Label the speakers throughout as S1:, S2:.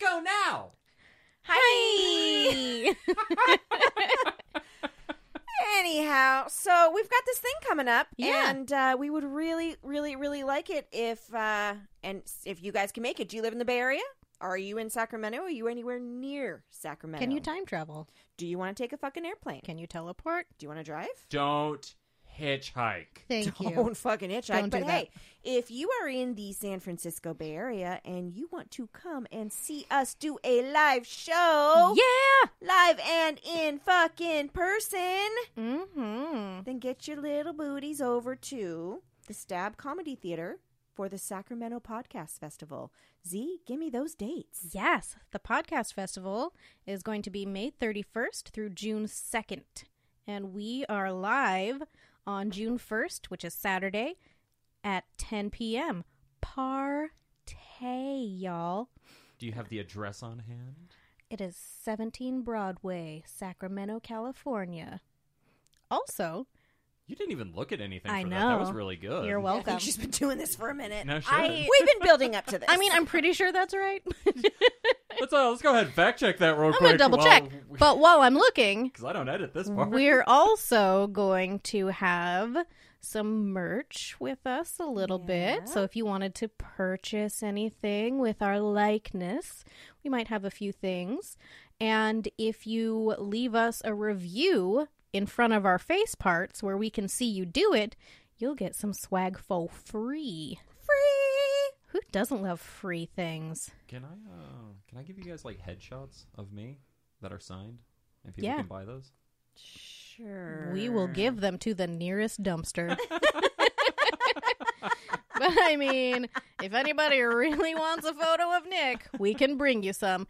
S1: show now.
S2: Hi.
S3: Anyhow, so we've got this thing coming up,
S2: Yeah.
S3: and uh, we would really, really, really like it if uh, and s- if you guys can make it. Do you live in the Bay Area? Are you in Sacramento? Are you anywhere near Sacramento?
S2: Can you time travel?
S3: Do you want to take a fucking airplane?
S2: Can you teleport?
S3: Do you want to drive?
S1: Don't hitchhike.
S2: Thank you.
S3: Don't fucking hitchhike.
S2: Don't do
S3: but
S2: that.
S3: hey, if you are in the San Francisco Bay Area and you want to come and see us do a live show,
S2: Yeah.
S3: live and in fucking person,
S2: Mm-hmm.
S3: then get your little booties over to the Stab Comedy Theater for the Sacramento Podcast Festival. Z, give me those dates.
S2: Yes, the podcast festival is going to be May 31st through June 2nd. And we are live on June 1st, which is Saturday, at 10 p.m. Partay, y'all.
S1: Do you have the address on hand?
S2: It is 17 Broadway, Sacramento, California. Also,
S1: You didn't even look at anything.
S2: I
S1: for That. that was
S2: know.
S1: really good.
S2: You're
S3: I
S2: welcome.
S3: think she's been doing this for a minute.
S1: No shit.
S2: I-
S3: We've been building up to this.
S2: I mean, I'm pretty sure that's right.
S1: let's uh, let's go ahead and fact check that real
S2: I'm
S1: quick.
S2: going to double check. But while I'm looking,
S1: because I don't edit this part.
S2: We're also going to have some merch with us a little bit. So if you wanted to purchase anything with our likeness, we might have a few things. And if you leave us a review in front of our face parts where we can see you do it, you'll get some swag for free.
S3: free.
S2: Who doesn't love free things?
S1: Can I uh, can I give you guys like headshots of me that are signed and people
S2: Yeah.
S1: can buy those?
S3: Sure.
S2: We will give them to the nearest dumpster. but I mean, if anybody really wants a photo of Nick, we can bring you some.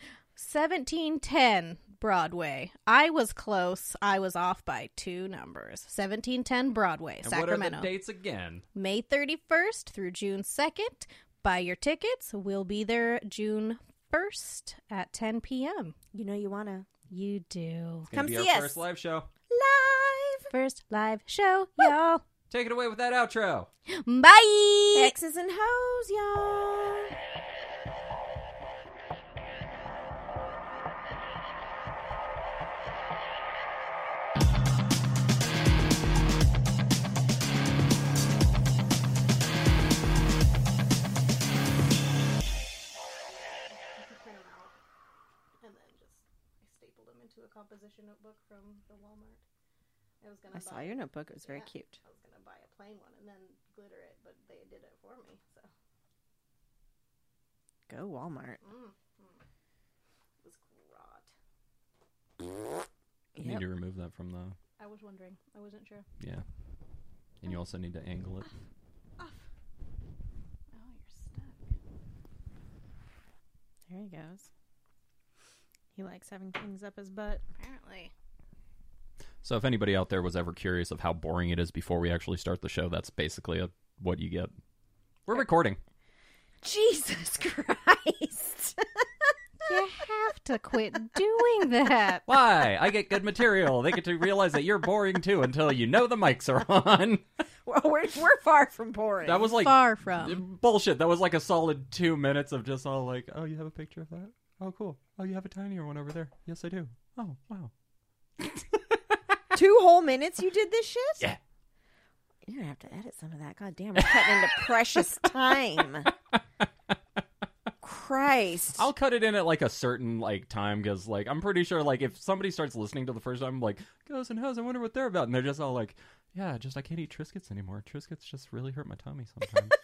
S2: 1710 Broadway. I was close. I was off by two numbers. 1710 Broadway,
S1: And what are
S2: Sacramento.
S1: the dates again?
S2: May 31st through June 2nd. Buy your tickets. We'll be there June 1st at 10 p.m.
S3: You know you wanna
S2: You do.
S1: It's gonna
S3: Come
S1: be
S3: see
S1: our
S3: us.
S1: first live show.
S3: live
S2: First live show, y'all.
S1: Take it away with that outro.
S2: Bye.
S3: X's and hoes, y'all.
S2: and then just I stapled them into a composition notebook from the Walmart. I was gonna
S3: I
S2: buy,
S3: saw your notebook. It was very
S2: Yeah.
S3: cute.
S2: I was gonna buy a plain one and then glitter it, but they did it for me. So
S3: Go Walmart.
S2: it was grot.
S1: You need to remove that from the
S2: I was wondering. I wasn't sure.
S1: yeah. And you also need to angle it.
S2: Oh, you're stuck.
S3: There he goes. He likes having things up his butt.
S2: Apparently.
S1: So if anybody out there was ever curious of how boring it is before we actually start the show, that's basically a, what you get. We're recording.
S3: Jesus Christ.
S2: You have to quit doing that.
S1: Why? I get good material. They get to realize that you're boring too until you know the mics are on.
S3: well, we're, we're far from boring.
S1: That was like
S2: Far from.
S1: bullshit. That was like a solid two minutes of just all like, oh, you have a picture of that? Oh, cool. Oh, you have a tinier one over there. Yes, I do. Oh, wow.
S3: two whole minutes you did this shit?
S1: Yeah.
S3: You're going to have to edit some of that. God damn, we're cutting into precious time. Christ.
S1: I'll cut it in at like a certain like time because like I'm pretty sure like if somebody starts listening to the first time, like goes and hoes, I wonder what they're about, and they're just all like, yeah, just I can't eat Triscuits anymore. Triscuits just really hurt my tummy sometimes.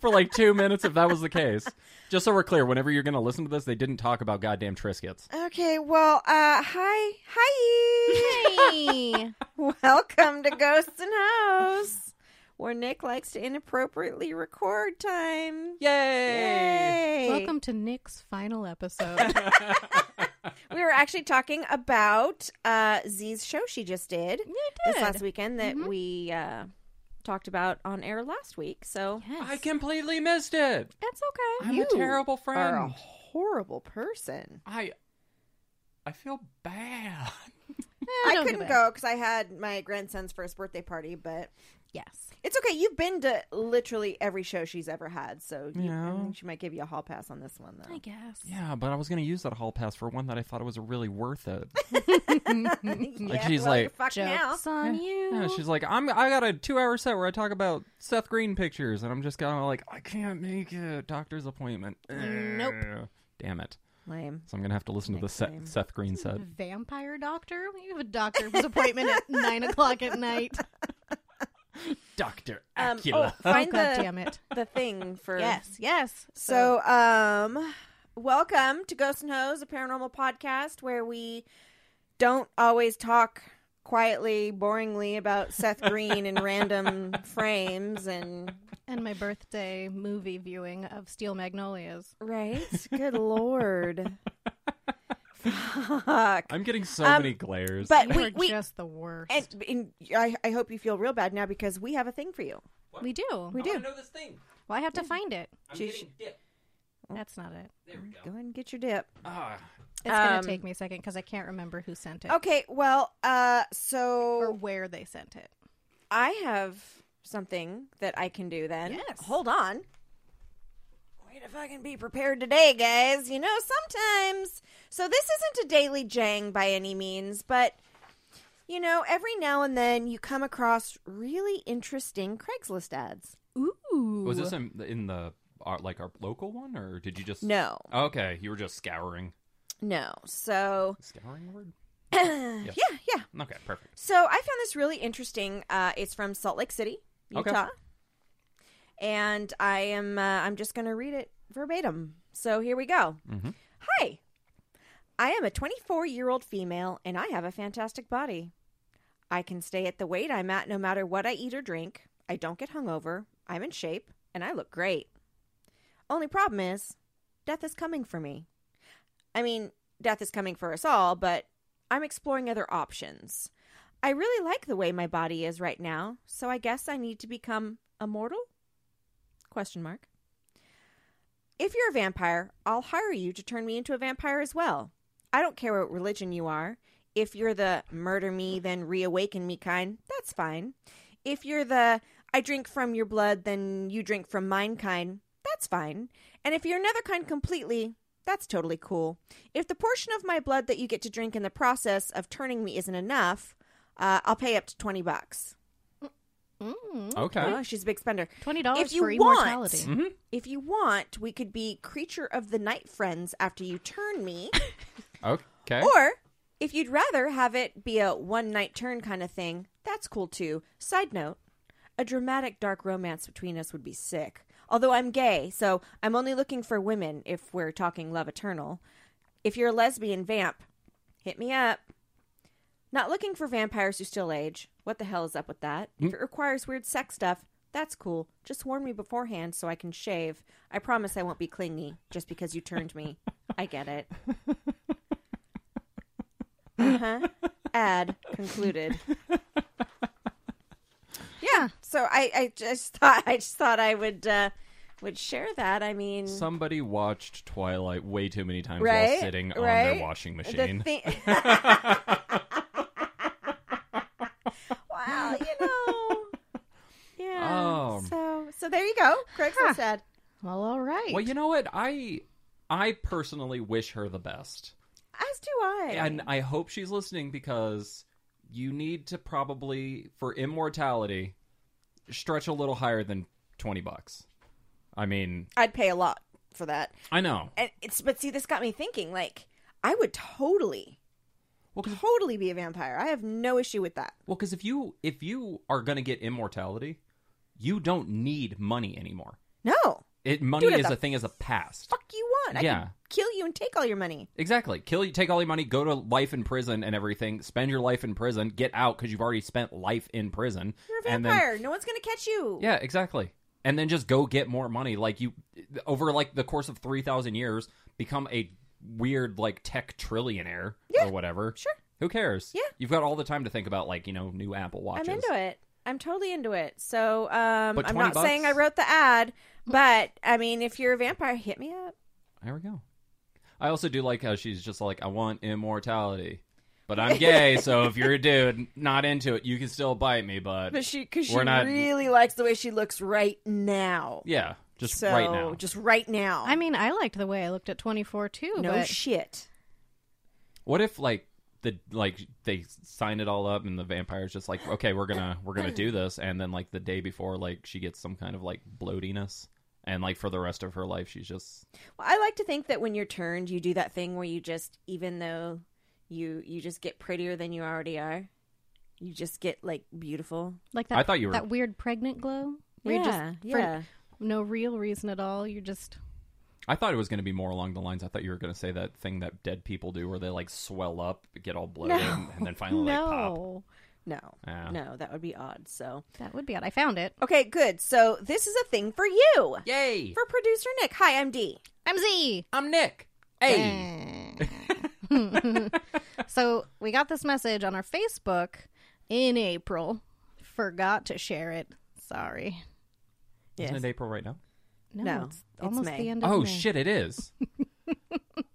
S1: For like two minutes, if that was the case. Just so we're clear, whenever you're gonna listen to this, they didn't talk about goddamn Triscuits.
S3: Okay, well, uh, hi. Hi.
S2: Hey.
S3: Welcome to Ghosts and House, where Nick likes to inappropriately record time.
S1: Yay!
S3: Yay.
S2: Welcome to Nick's final episode.
S3: We were actually talking about uh, Z's show she just did
S2: You
S3: this last
S2: did.
S3: weekend that we uh, talked about on air last week. So
S2: Yes.
S1: I completely missed it.
S2: That's okay.
S1: I'm
S3: You
S1: a terrible
S3: are a
S1: friend.
S3: horrible person.
S1: I I feel bad.
S2: Eh,
S3: I
S2: don't feel
S3: couldn't
S2: bad.
S3: go because I had my grandson's first birthday party, but
S2: Yes.
S3: It's okay. You've been to literally every show she's ever had, so you, I
S1: Yeah.
S3: think she might give you a hall pass on this one, though.
S2: I guess.
S1: Yeah, but I was gonna use that hall pass for one that I thought it was really worth it.
S3: yeah,
S1: she's
S3: well,
S1: like-
S3: you're fucked now.
S2: Jokes on you.
S1: Yeah, Oh, she's like, I'm. I got a two-hour set where I talk about Seth Green pictures, and I'm just kind of like, I can't make it. Doctor's appointment.
S2: Nope.
S1: Ugh. Damn it.
S3: Lame.
S1: So I'm gonna have to listen to the
S3: Next
S1: Seth,
S3: time. Mm-hmm.
S1: Seth Green set.
S2: Vampire doctor? You have a doctor's appointment at nine o'clock at night.
S1: Doctor
S3: Um,
S1: Acula.
S3: oh, find
S2: oh, God
S3: the,
S2: damn it.
S3: the thing for
S2: Yes, yes.
S3: So, um, welcome to Ghosts and Hoes, a paranormal podcast where we don't always talk quietly, boringly about Seth Green and random frames and
S2: and my birthday movie viewing of Steel Magnolias.
S3: right. Good lord, fuck.
S1: I'm getting so
S3: um,
S1: many glares.
S3: But
S2: You
S3: we,
S2: are
S3: we
S2: just the worst.
S3: and, and I, I hope you feel real bad now because we have a thing for you.
S2: we do.
S3: We do.
S1: know this thing.
S2: well, I have to find it.
S1: I'm
S3: Just- getting
S1: dip.
S2: That's not it.
S1: There we
S3: Go ahead and get your dip.
S1: Ah,
S2: It's going
S3: Um,
S2: to take me a second because I can't remember who sent it
S3: Okay, well, uh,
S2: or
S3: so
S2: where they sent it.
S3: I have something that I can do then.
S2: Yes.
S3: Hold on. Way to fucking be prepared today, guys. You know, sometimes. So this isn't a daily jang by any means, but. You know, every now and then you come across really interesting Craigslist ads.
S2: Ooh.
S1: was this in, in the our, like our local one, or did you just?
S3: No,
S1: Okay, you were just scouring.
S3: no. So,
S1: Scouring word.
S3: yeah, yeah.
S1: Okay, perfect.
S3: So I found this really interesting. Uh, it's from Salt Lake City,
S1: Okay.
S3: Utah, and I am uh, I'm just going to read it verbatim. So here we go.
S1: Mhm.
S3: Hi, I am a 24 year old female, and I have a fantastic body. I can stay at the weight I'm at no matter what I eat or drink. I don't get hungover. I'm in shape, and I look great. Only problem is, death is coming for me. I mean, death is coming for us all, but I'm exploring other options. I really like the way my body is right now, so I guess I need to become immortal? Question mark. If you're a vampire, I'll hire you to turn me into a vampire as well. I don't care what religion you are. If you're the murder me, then reawaken me kind, that's fine. If you're the I drink from your blood, then you drink from mine kind, that's fine. And if you're another kind completely, that's totally cool. If the portion of my blood that you get to drink in the process of turning me isn't enough, uh, I'll pay up to 20 bucks.
S2: Mm,
S1: Okay.
S3: Oh, she's a big spender.
S2: $20
S3: If you
S2: for
S3: want-
S2: immortality.
S1: Mhm.
S3: If you want, we could be creature of the night friends after you turn me.
S1: Okay.
S3: Or if you'd rather have it be a one night turn kind of thing, that's cool too. Side note a dramatic dark romance between us would be sick. Although I'm gay, so I'm only looking for women if we're talking love eternal. If you're a lesbian vamp, hit me up. Not looking for vampires who still age. What the hell is up with that? If it requires weird sex stuff, that's cool. Just warn me beforehand so I can shave. I promise I won't be clingy just because you turned me. I get it. Uh-huh. Ad concluded. Yeah. So I, I just thought I just thought I would uh would share that. I mean
S1: Somebody watched Twilight way too many times
S3: Right,
S1: while sitting on
S3: right.
S1: their washing
S3: the
S1: machine.
S3: thing Wow, you know. Yeah.
S1: Um.
S3: So so there you go. Craigslist ad.
S2: Well, all right.
S1: well, you know what? I I personally wish her the best.
S3: As do I.
S1: And I hope she's listening because you need to probably for immortality stretch a little higher than 20 bucks. I mean,
S3: I'd pay a lot for that.
S1: I know.
S3: And it's but see this got me thinking like I would totally
S1: Well, cuz
S3: totally be a vampire. I have no issue with that.
S1: well, 'cause if you if you are going to get immortality, you don't need money anymore.
S3: No.
S1: It money
S3: Dude,
S1: is
S3: the
S1: a thing as a past.
S3: Fuck you want. I
S1: Yeah.
S3: could kill you and take all your money.
S1: Exactly. Kill you, take all your money, go to life in prison and everything. Spend your life in prison. Get out because you've already spent life in prison.
S3: You're a
S1: And then-
S3: vampire. no one's gonna catch you.
S1: yeah, exactly. And then just go get more money. Like you, over like the course of three thousand years, become a weird like tech trillionaire or whatever.
S3: Sure.
S1: Who cares?
S3: Yeah.
S1: You've got all the time to think about like you know new Apple watches.
S3: I'm into it. I'm totally into it. So um,
S1: But 20
S3: I'm not saying I
S1: bucks?
S3: wrote the ad, but I mean, if you're a vampire, hit me up.
S1: There we go. I also do like how she's just like I want immortality. But I'm gay, so if you're a dude not into it, you can still bite me. But
S3: But she, because she
S1: We're not-
S3: really likes the way she looks right now.
S1: yeah, just
S3: so,
S1: right now.
S3: Just right now.
S2: I mean, I liked the way I looked at 24 too,
S3: no
S2: but
S3: shit.
S1: What if like the like they sign it all up and the vampire's just like, okay, we're gonna we're gonna do this, and then like the day before, like she gets some kind of like bloatiness, and like for the rest of her life, she's just
S3: Well, I like to think that when you're turned, you do that thing where you just, even though you you just get prettier than you already are, you just get like beautiful.
S2: like that
S1: I thought you were-
S2: that weird pregnant glow. where you
S3: yeah,
S2: just, for
S3: yeah.
S2: no real reason at all. You're just
S1: I thought it was going to be more along the lines. I thought you were going to say that thing that dead people do, where they like swell up, get all bloated, and, and then finally like pop.
S2: no.
S3: No,
S1: Yeah.
S3: no, that would be odd. So
S2: that would be odd. I found it.
S3: okay, good. So this is a thing for you,
S1: Yay!
S3: for producer Nick. Hi, I'm D.
S2: I'm Z.
S1: I'm Nick. Hey,
S2: so we got this message on our Facebook in April. Forgot to share it. Sorry.
S1: isn't it April right now?
S2: No,
S3: No,
S2: it's
S3: it's
S2: almost
S3: May.
S2: the end of
S1: Oh
S2: May.
S1: shit, it is.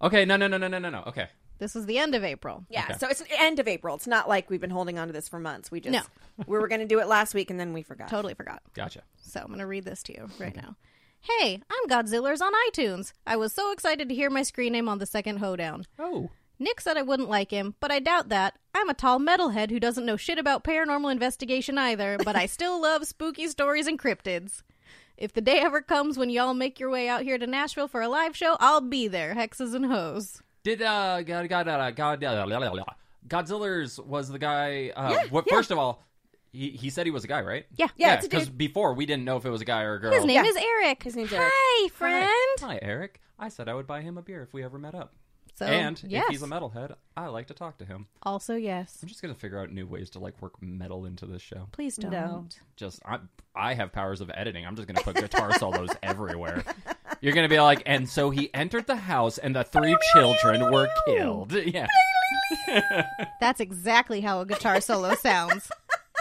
S1: okay, no, no, no, no, no, no, no. Okay,
S2: This is the end of April.
S3: Yeah,
S1: Okay.
S3: so it's the end of April. It's not like we've been holding on to this for months. We just
S2: No.
S3: we were going to do it last week and then we forgot.
S2: Totally forgot.
S1: gotcha.
S2: So I'm going to read this to you right now. Hey, I'm Godzillers on iTunes. I was so excited to hear my screen name on the second hoedown.
S1: Oh,
S2: Nick said I wouldn't like him, but I doubt that. I'm a tall metalhead who doesn't know shit about paranormal investigation either, but I still love spooky stories and cryptids. If the day ever comes when y'all make your way out here to Nashville for a live show, I'll be there, hexes and hoes.
S1: did uh, God, God, uh, God, uh, la, la, la, la. Godzilla's was the guy. Uh, what, First of all, he, he said he was a guy, right?
S2: Yeah.
S3: Yeah,
S1: yeah.
S3: it's a
S1: Because before we didn't know if it was a guy or a girl.
S2: His name
S3: Yeah.
S2: is Eric.
S3: His name's
S2: Hi,
S3: Eric.
S2: friend.
S1: Hi, Eric. I said I would buy him a beer if we ever met up.
S2: So,
S1: and
S2: Oh, yes.
S1: if he's a metalhead, I like to talk to him.
S2: also yes.
S1: I'm just gonna figure out new ways to like work metal into this show.
S2: Please don't.
S3: No.
S1: Just I, I have powers of editing. I'm just gonna put guitar solos everywhere. You're gonna be like, and so he entered the house, and the
S2: Oh,
S1: three children were killed. Yeah,
S2: That's exactly how a guitar solo sounds.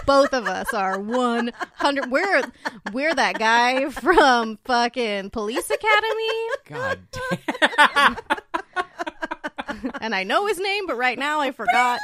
S2: Both of us are one hundred. We're we're that guy from fucking Police Academy,
S1: God damn.
S2: and I know his name, but right now I forgot.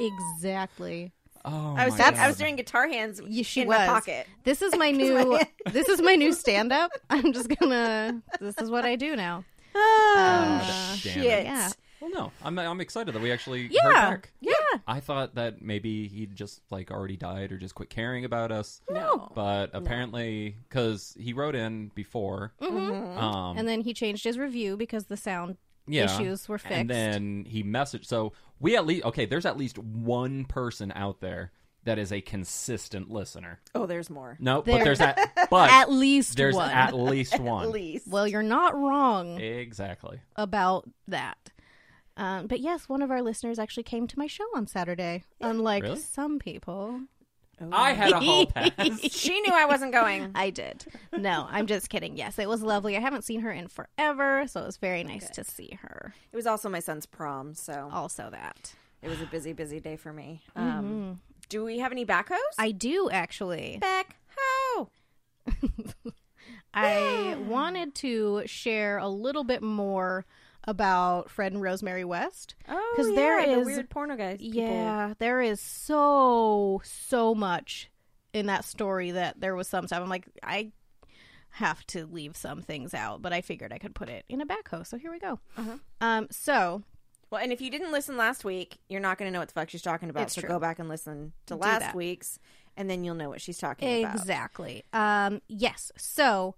S2: Exactly.
S1: Oh,
S3: I was
S1: my
S3: doing,
S1: God.
S3: I was doing guitar hands
S2: Yeah, she
S3: in
S2: was.
S3: my pocket.
S2: This is my new. This is my new stand up. I'm just gonna. This is what I do now.
S3: Oh,
S1: God damn it.
S3: shit.
S2: Yeah.
S1: Well, no, I'm I'm excited that we actually heard
S2: Yeah.
S1: back.
S2: Yeah.
S1: I thought that maybe he just like already died or just quit caring about us,
S3: No.
S1: but apparently because he wrote in before, um,
S2: And then he changed his review because the sound
S1: yeah.
S2: issues were fixed.
S1: And then he messaged. So we at least okay. There's at least one person out there that is a consistent listener.
S3: Oh, there's more.
S1: No,
S2: There-
S1: but there's at but
S2: at least
S1: there's
S2: one.
S1: at least one.
S3: At least.
S2: well, you're not wrong.
S1: Exactly.
S2: about that. Um, but yes, one of our listeners actually came to my show on Saturday, unlike
S1: Really?
S2: some people.
S1: I had a hall pass.
S3: she knew I wasn't going.
S2: I did. No, I'm just kidding. Yes, it was lovely. I haven't seen her in forever, so it was very nice to see her.
S3: It was also my son's prom, so
S2: Also, that.
S3: it was a busy, busy day for me. Um, Do we have any backhoes?
S2: I do actually.
S3: backhoe.
S2: I wanted to share a little bit more about Fred and Rosemary West.
S3: Oh,
S2: 'Cause there
S3: yeah, the
S2: is-
S3: weird porno guys. people.
S2: Yeah, there is so so much in that story that there was some stuff. I'm like, I have to leave some things out, but I figured I could put it in a backhoe. So here we go.
S3: Uh-huh.
S2: Um, so
S3: Well, and if you didn't listen last week, you're not going to know what the fuck she's talking about.
S2: It's
S3: so
S2: true.
S3: go back and listen to last
S2: that.
S3: week's, and then you'll know what she's talking about.
S2: exactly. Um, yes. So,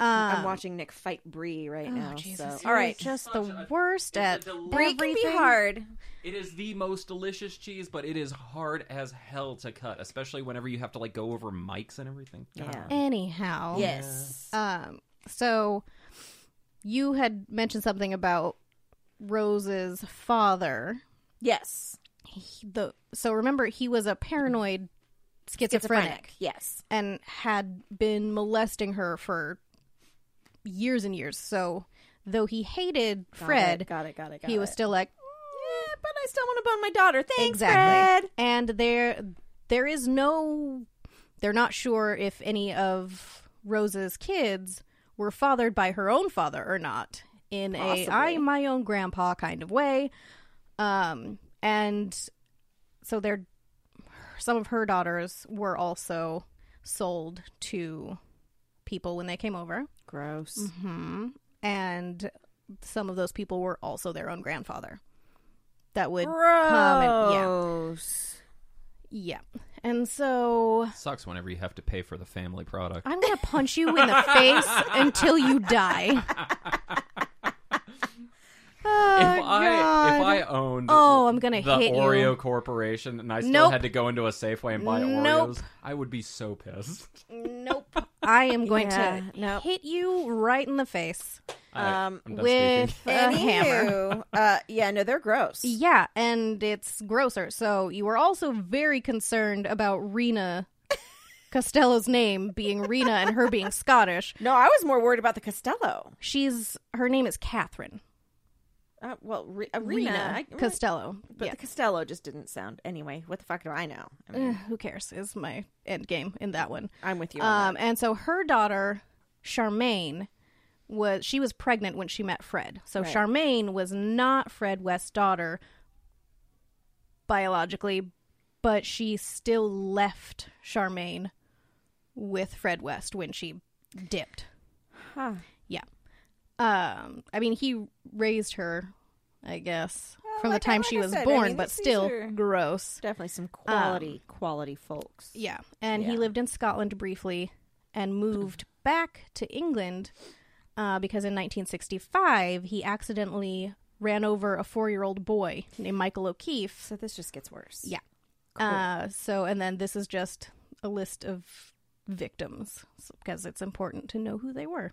S2: um,
S3: I'm watching Nick fight Bree right now.
S2: Oh, Jesus,
S3: so, all right,
S2: just the worst at
S3: Bree can be
S2: everything.
S3: hard.
S1: It is the most delicious cheese, but it is hard as hell to cut, especially whenever you have to like go over mics and everything.
S3: Yeah.
S1: God.
S2: Anyhow,
S3: Yes.
S2: Um, so you had mentioned something about Rose's father.
S3: yes.
S2: he- the so remember he was a paranoid schizophrenic,
S3: Yes.
S2: and had been molesting her for years and years. So though he hated
S3: Got
S2: Fred,
S3: it, Got it. Got it. Got
S2: he
S3: it.
S2: was still like
S3: Eh, but I still want to bone my daughter. Thanks,
S2: exactly.
S3: Fred.
S2: And there there is no they're not sure if any of Rose's kids were fathered by her own father or not in a
S3: Possibly.
S2: I am my own grandpa kind of way. Um, and so their some of her daughters were also sold to people when they came over.
S3: Gross. Mm-hmm.
S2: hmm And some of those people were also their own grandfather. That would and- yeah.
S3: Gross.
S2: yeah. And so
S1: Sucks whenever you have to pay for the family product.
S2: I'm gonna punch you in the face until you die.
S1: if I if I owned
S2: Oh, I'm gonna
S1: the
S2: hit you.
S1: Oreo Corporation and I still
S2: Nope.
S1: had to go into a Safeway and buy
S2: Nope.
S1: Oreos, I would be so pissed.
S2: nope. I am going
S3: Yeah,
S2: to
S3: nope.
S2: hit you right in the face
S1: I-
S3: Um,
S1: I'm done
S2: with
S1: speaking.
S2: a hammer.
S3: Anywho, uh, yeah, no, they're gross.
S2: Yeah, and it's grosser. So you were also very concerned about Rena Costello's name being Rena and her being Scottish.
S3: No, I was more worried about the Costello.
S2: She's her name is Catherine
S3: Uh, well, Re- uh, Rena,
S2: Rena
S3: I-
S2: Costello.
S3: but
S2: yeah.
S3: the Costello just didn't sound. Anyway, what the fuck do I know? I
S2: Eh,
S3: mean,
S2: who cares is my end game in that one.
S3: I'm with you. on
S2: Um, and so her daughter, Charmaine, was she was pregnant when she met Fred. So
S3: Right.
S2: Charmaine was not Fred West's daughter biologically, but she still left Charmaine with Fred West when she dipped.
S3: that. Huh.
S2: Um, I mean, he raised her, I guess,
S3: Well,
S2: from
S3: like
S2: the
S3: I-
S2: time
S3: like
S2: she
S3: I
S2: was
S3: said, I
S2: born,
S3: mean,
S2: but
S3: these- these
S2: still
S3: are-
S2: gross.
S3: Definitely some quality,
S2: um,
S3: quality folks.
S2: Yeah. And he
S3: Yeah.
S2: lived in Scotland briefly and moved back to England uh, because in 1965 he accidentally ran over a four year old boy named Michael O'Keefe.
S3: So this just gets worse.
S2: Yeah.
S3: Cool.
S2: Uh, so, and then this is just a list of victims because it's important to know who they were.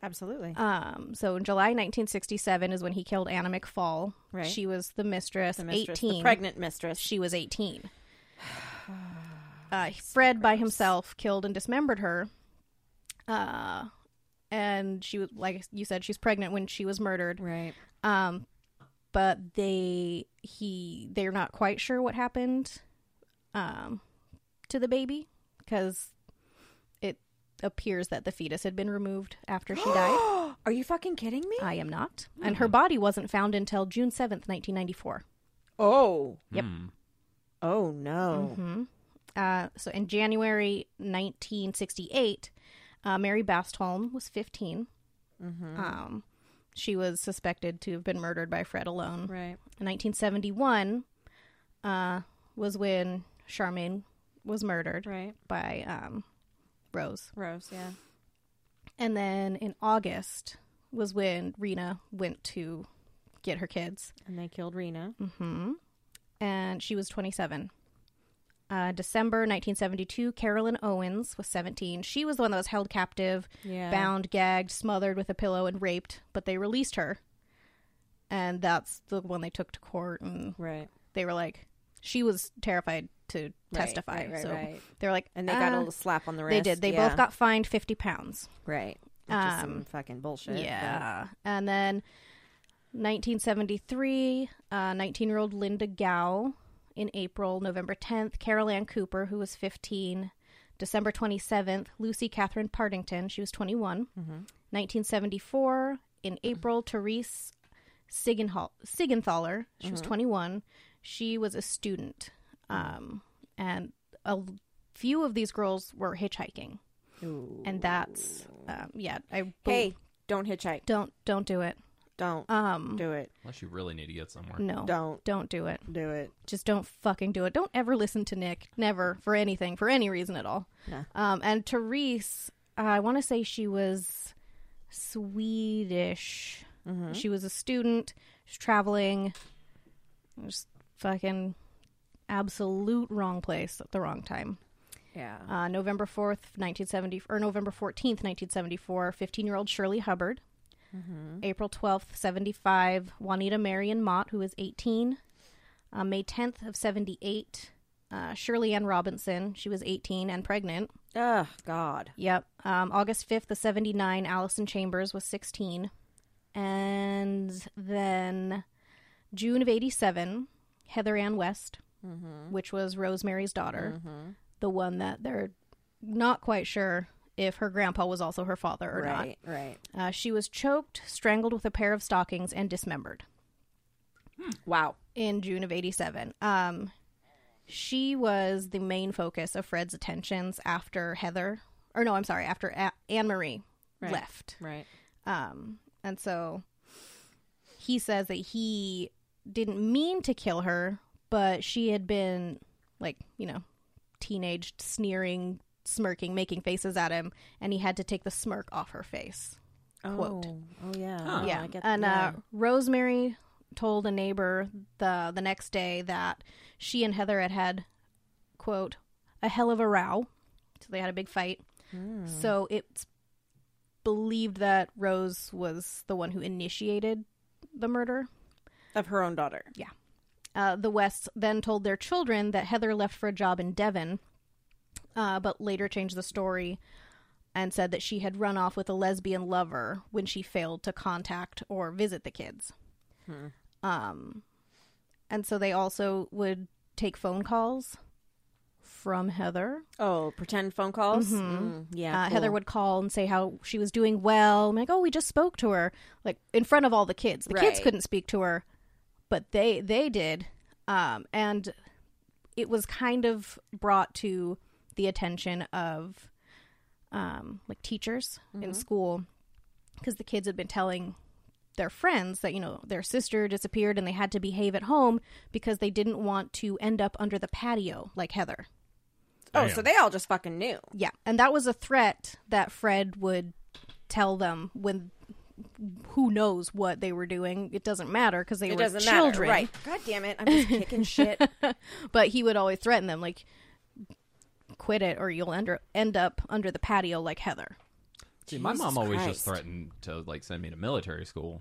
S3: Absolutely.
S2: Um, so in July 1967 is when he killed Anna McFall.
S3: Right.
S2: She was the mistress,
S3: the mistress,
S2: 18
S3: the pregnant mistress.
S2: she was 18. Uh, Fred by himself killed and dismembered her. Uh, and she was, like you said, she's pregnant when she was murdered.
S3: Right.
S2: Um, but they, he, they're not quite sure what happened, um, to the baby because it appears that the fetus had been removed after she died.
S3: Are you fucking kidding me?
S2: I am not. And her body wasn't found until June 7th, 1994.
S3: Oh.
S2: Yep.
S1: Mm.
S3: Oh no.
S2: hmm Uh, so in January 1968, uh, Mary Bastholm was 15. Um, she was suspected to have been murdered by Fred alone.
S3: Right.
S2: In 1971 uh, was when Charmaine was murdered
S3: Right.
S2: by um, Rose.
S3: Rose. Yeah.
S2: And then in August was when Rena went to get her kids.
S3: And they killed Rena.
S2: hmm And she was 27. Uh, December 1972, Carolyn Owens was 17. She was the one that was held captive,
S3: Yeah.
S2: bound, gagged, smothered with a pillow, and raped, but they released her. And that's the one they took to court, and
S3: Right.
S2: they were like, she was terrified to
S3: Right,
S2: testify.
S3: right, right,
S2: so
S3: right.
S2: they were like,
S3: And they got a
S2: "Ah."
S3: little slap on the
S2: They
S3: wrist.
S2: did. They
S3: Yeah.
S2: both got fined 50 pounds.
S3: right. Which is some
S2: Um,
S3: fucking bullshit. but-
S2: Yeah. And then 1973, 19 year old Linda Gow in April, November 10th, Carol Ann Cooper, who was 15, December 27th, Lucy Catherine Partington, she was 21.
S3: Mm-hmm.
S2: 1974, in April, Therese Sigenhal- Sigenthaler, she was
S3: Mm-hmm.
S2: 21. She was a student. Um, and a l- few of these girls were hitchhiking.
S3: Ooh.
S2: And that's, um, yeah, I bel-
S3: Hey, don't hitchhike.
S2: don't don't do it.
S3: Don't
S2: Um
S3: do it.
S1: Unless you really need to get somewhere.
S2: no.
S3: Don't
S2: Don't do it.
S3: do it.
S2: Just don't fucking do it. Don't ever listen to Nick. Never for anything, for any reason at all.
S3: No.
S2: Um and Therese, I want to say she was Swedish.
S3: Mm-hmm.
S2: She was a student, she's traveling just fucking absolute wrong place at the wrong time.
S3: Yeah.
S2: Uh, November 4th, 1970, or November 14th, 1974, 15 year old Shirley Hubbard. April 12th, 75, Juanita Marion Mott, who is 18. Uh, May 10th of 78, uh, Shirley Ann Robinson, she was 18 and pregnant.
S3: Ugh, God.
S2: Yep. Um, August 5th of 79, Allison Chambers was 16. And then June of 87, Heather Ann West, which was Rosemary's daughter, the one that they're not quite sure if her grandpa was also her father or
S3: right, right.
S2: not. Uh, she was choked, strangled with a pair of stockings, and dismembered.
S3: Wow.
S2: in June of 87. Um, she was the main focus of Fred's attentions after Heather, or no, I'm sorry, after A- Anne Marie
S3: Right.
S2: left.
S3: Right.
S2: Um, and so he says that he didn't mean to kill her, but she had been like, you know, teenage sneering, smirking, making faces at him, and he had to take the smirk off her face. Quote.
S3: Oh, oh yeah.
S1: Huh.
S3: Oh,
S2: yeah.
S3: I get
S2: and
S3: yeah.
S2: Uh, Rosemary told a neighbor the the next day that she and Heather had had quote a hell of a row, so they had a big fight.
S3: Hmm.
S2: So it's believed that Rose was the one who initiated the murder.
S3: of her own daughter.
S2: Uh, the Wests then told their children that Heather left for a job in Devon, uh, but later changed the story and said that she had run off with a lesbian lover when she failed to contact or visit the kids. Um, and so they also would take phone calls from Heather.
S3: Oh, pretend phone calls.
S2: Mhm.
S3: Mm, yeah.
S2: uh, Heather
S3: cool.
S2: would call and say how she was doing well. I'm like, oh, we just spoke to her, like in front of all the kids. The kids
S3: Right.
S2: couldn't speak to her, but they they did, um, and it was kind of brought to the attention of um, like teachers
S3: Mm-hmm.
S2: in school because the kids had been telling their friends that you know their sister disappeared and they had to behave at home because they didn't want to end up under the patio like Heather.
S3: Oh,
S1: Damn.
S3: so they all just fucking knew.
S2: Yeah, and that was a threat that Fred would tell them when who knows what they were doing. It doesn't matter because they
S3: It
S2: were
S3: doesn't matter,
S2: children.
S3: right? God damn it! I'm just kicking shit.
S2: But he would always threaten them, like, quit it or you'll end, end up under the patio like Heather.
S1: See, my
S3: Jesus
S1: mom always
S3: Christ.
S1: just threatened to like send me to military school,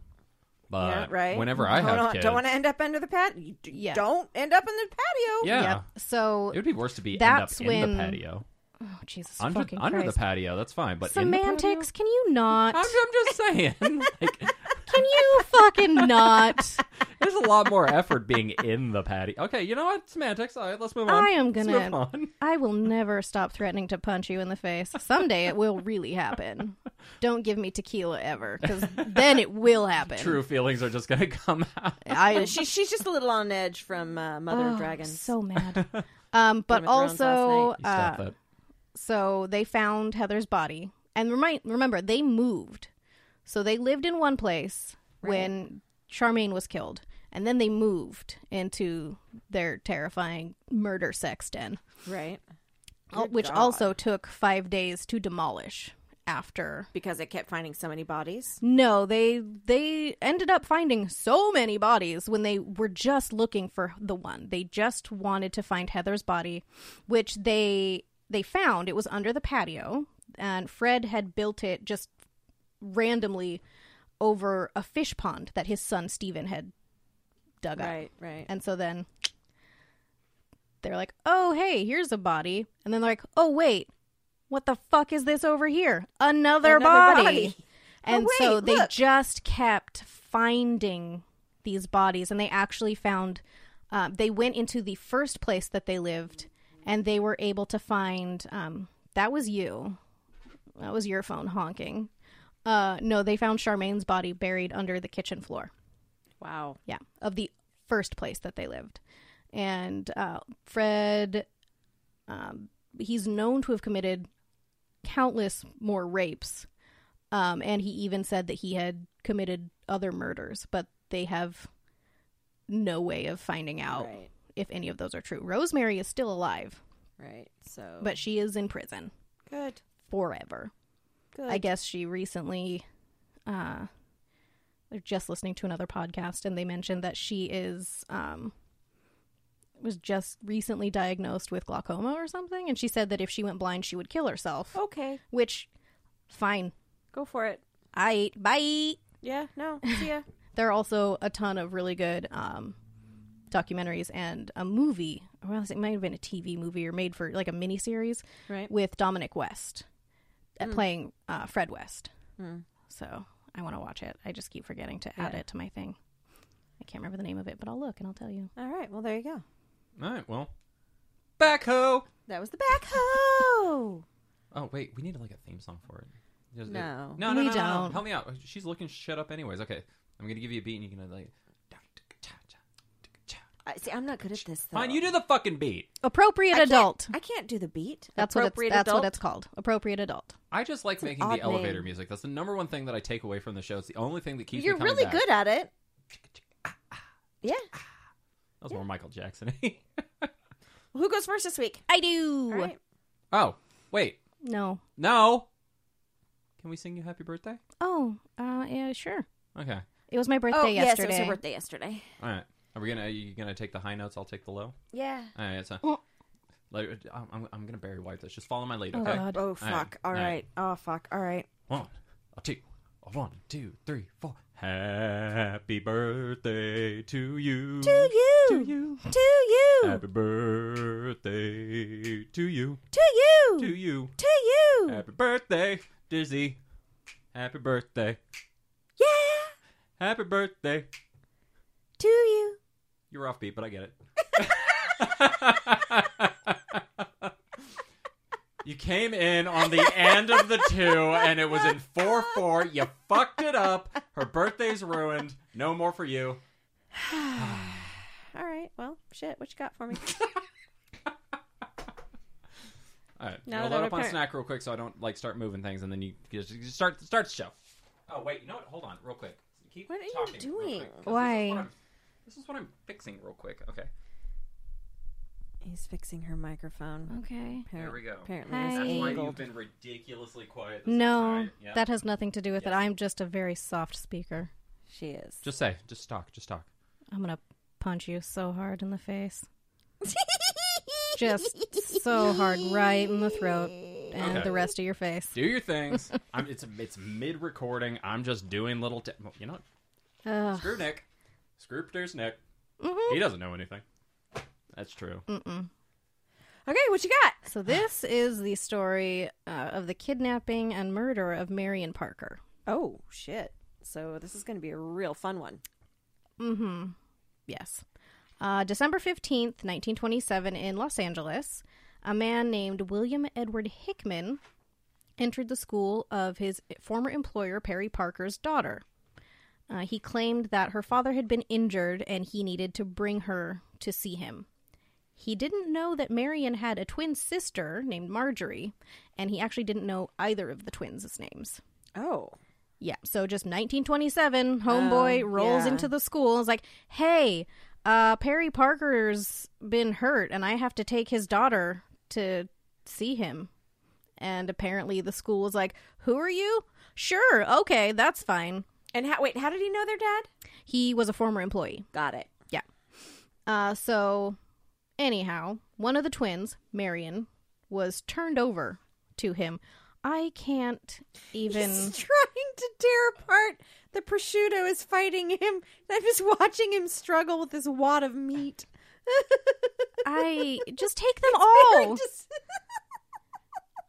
S1: but
S3: Yeah, right.
S1: whenever I
S3: don't,
S1: have
S3: want-
S1: kids,
S3: don't want to end up under the patio. You d-
S2: Yeah.
S3: Don't end up in the patio.
S1: yeah,
S2: So,
S1: it would be worse to be
S2: That's
S1: end up in
S2: when-
S1: the patio.
S2: oh, Jesus
S1: Under,
S2: fucking
S1: under the
S2: Christ.
S1: patio, that's fine, but in the patio?
S2: Semantics, can you not?
S1: I'm, I'm just saying, like,
S2: Can you fucking not?
S1: there's a lot more effort being in the patio. Okay, you know what? Semantics. All right, let's move on.
S2: I am
S1: Let's
S2: gonna-
S1: move on.
S2: I will never stop threatening to punch you in the face. Someday it will really happen. Don't give me tequila ever, because then it will happen.
S1: True feelings are just gonna come out.
S2: I
S3: Uh, She, she's just a little on edge from uh, Mother
S2: oh,
S3: of Dragons.
S2: So mad. Um, but
S3: Game of Thrones
S2: also,
S1: You stop
S2: uh,
S1: that.
S2: so they found Heather's body, and remind remember they moved, so they lived in one place when Charmaine was killed, and then they moved into their terrifying murder sex den.
S3: right?
S2: al-
S3: Good
S2: which
S3: God.
S2: also took five days to demolish after
S3: Because it kept finding so many bodies.
S2: no they they ended up finding so many bodies when they were just looking for the one they just wanted to find heather's body which they they found it was under the patio and fred had built it just randomly over a fish pond that his son steven had dug up
S3: Right. Right.
S2: and so then they're like, oh, hey, here's a body. And then they're like, oh, wait, what the fuck is this over here? Another,
S3: Another
S2: body.
S3: body.
S2: And
S3: Oh,
S2: so
S3: wait,
S2: they
S3: look.
S2: just kept finding these bodies. And they actually found, uh, they went into the first place that they lived and they were able to find, um, that was you. That was your phone honking. Uh, no, they found Charmaine's body buried under the kitchen floor.
S3: wow.
S2: Yeah, of the first place that they lived. And uh, Fred, um, he's known to have committed countless more rapes. Um, and he even said that he had committed other murders, but they have no way of finding out
S3: Right.
S2: if any of those are true. Rosemary is still alive,
S3: Right. So.
S2: but she is in prison
S3: good.
S2: forever.
S3: Good.
S2: I guess she recently uh they're just listening to another podcast and they mentioned that she is um was just recently diagnosed with glaucoma or something and she said that if she went blind she would kill herself.
S3: Okay.
S2: Which fine.
S3: Go for it.
S2: I ate bye.
S3: Yeah. No. See ya.
S2: There are also a ton of really good um documentaries and a movie. Well, it might have been a TV movie or made for like a mini series
S3: right.
S2: with Dominic West uh,
S3: Hmm.
S2: playing uh, Fred West. So I want to watch it. I just keep forgetting to add
S3: Yeah.
S2: it to my thing. I can't remember the name of it, but I'll look and I'll tell you.
S3: All right. Well, there you go.
S1: All right, well, backhoe.
S3: That was the backhoe.
S1: Oh wait, we need like a theme song for it. There's-
S3: No.
S1: no, no,
S2: We
S1: no, no, no.
S2: don't.
S1: Help me out. She's looking shit up, anyways. Okay, I'm gonna give you a beat, and you can like.
S3: I- See, I'm not good at this. Though.
S2: Oh.
S1: Fine, you do the fucking beat.
S2: Appropriate
S3: I can't-
S2: adult.
S3: I can't do the beat.
S2: That's what it's,
S3: Appropriate
S2: that's
S3: adult?
S2: what it's called. Appropriate adult.
S1: I just like
S3: an
S1: making the
S3: odd
S1: elevator
S3: name.
S1: music. That's the number one thing that I take away from the show. It's the only thing that keeps
S3: You're
S1: me coming
S3: really
S1: back.
S3: good at it. Yeah.
S1: That was more Michael Jackson.
S3: Who goes first this week?
S2: I do.
S3: All right.
S1: oh, wait.
S2: No.
S1: No. Can we sing you happy birthday?
S2: Oh, uh, yeah, sure.
S1: Okay.
S2: It was my birthday
S3: Oh, yes, it
S2: yesterday.
S3: was her birthday yesterday.
S1: All right. Are we gonna? Are you gonna take the high notes? I'll take the low.
S3: Yeah.
S1: All right. So,
S2: Oh.
S1: like, I'm, I'm- I'm gonna Barry White this. Just follow my lead.
S2: Oh,
S1: Okay.
S2: God.
S3: Oh
S1: right.
S3: fuck.
S1: All
S3: All
S1: right.
S3: right. Oh fuck. All right.
S1: One, a two, a one, two, three, four. Happy birthday to you.
S3: To you.
S1: To you. Uh,
S3: To you.
S1: Happy birthday to you.
S3: To you.
S1: To uh, you.
S3: To you.
S1: Happy birthday, Dizzy. Happy birthday.
S3: yeah.
S1: Happy birthday.
S3: To you.
S1: You're offbeat, but I get it. you came in on the end of the two, and it was in 4 4. You fucked it up. Her birthday's ruined. No more for you.
S3: All right. Well, shit. What you got for me?
S1: All right. I'm
S3: Now
S1: gonna
S3: that
S1: load up
S3: I'm a
S1: on
S3: parent-
S1: snack real quick so I don't like start moving things, and then you just, you just start start the show. Oh wait, you know what? Hold on, real quick. Keep
S3: What are you
S1: talking real
S3: doing?
S1: quick, 'cause This
S2: Why?
S1: is, what I'm, this is what I'm fixing real quick. Okay,
S3: He's fixing her microphone.
S2: Okay.
S1: there we go.
S3: Apparently,
S2: Hi.
S3: it's
S1: That's why you've
S3: angled.
S1: been ridiculously quiet. This
S2: No,
S1: entire- yeah.
S2: that has nothing to do with it. I'm just a very soft speaker.
S3: She is.
S1: Just say, just talk, just talk.
S2: I'm going to punch you so hard in the face. Just so hard right in the throat and
S1: Okay.
S2: the rest of your face.
S1: Do your things. I'm, it's it's mid recording. I'm just doing little. T- you know, what?
S2: Ugh.
S1: screw Nick. Screw produce Nick. He doesn't know anything. That's true.
S3: Okay. What you got?
S2: So this is the story uh, of the kidnapping and murder of Marion Parker.
S3: Oh shit. So this is going to be a real fun one.
S2: Yes. Uh, December 15th, 1927, in Los Angeles, a man named William Edward Hickman entered the school of his former employer, Perry Parker's daughter. Uh, he claimed that her father had been injured and he needed to bring her to see him. He didn't know that Marion had a twin sister named Marjorie, and he actually didn't know either of the twins' names.
S3: Oh.
S2: Yeah. So just 1927, homeboy
S3: Oh,
S2: rolls
S3: yeah.
S2: into the school and is like, hey, uh, Perry Parker's been hurt and I have to take his daughter to see him. And apparently the school was like, who are you? Sure. Okay. That's fine.
S3: And how, wait, how did he know their dad?
S2: He was a former employee.
S3: Got it.
S2: Yeah. Uh, so, anyhow, one of the twins, Marion, was turned over to him. I can't even.
S3: He's trying to tear apart. The prosciutto is fighting him. And I'm just watching him struggle with this wad of meat.
S2: I just take them
S3: Very
S2: all.
S3: dis-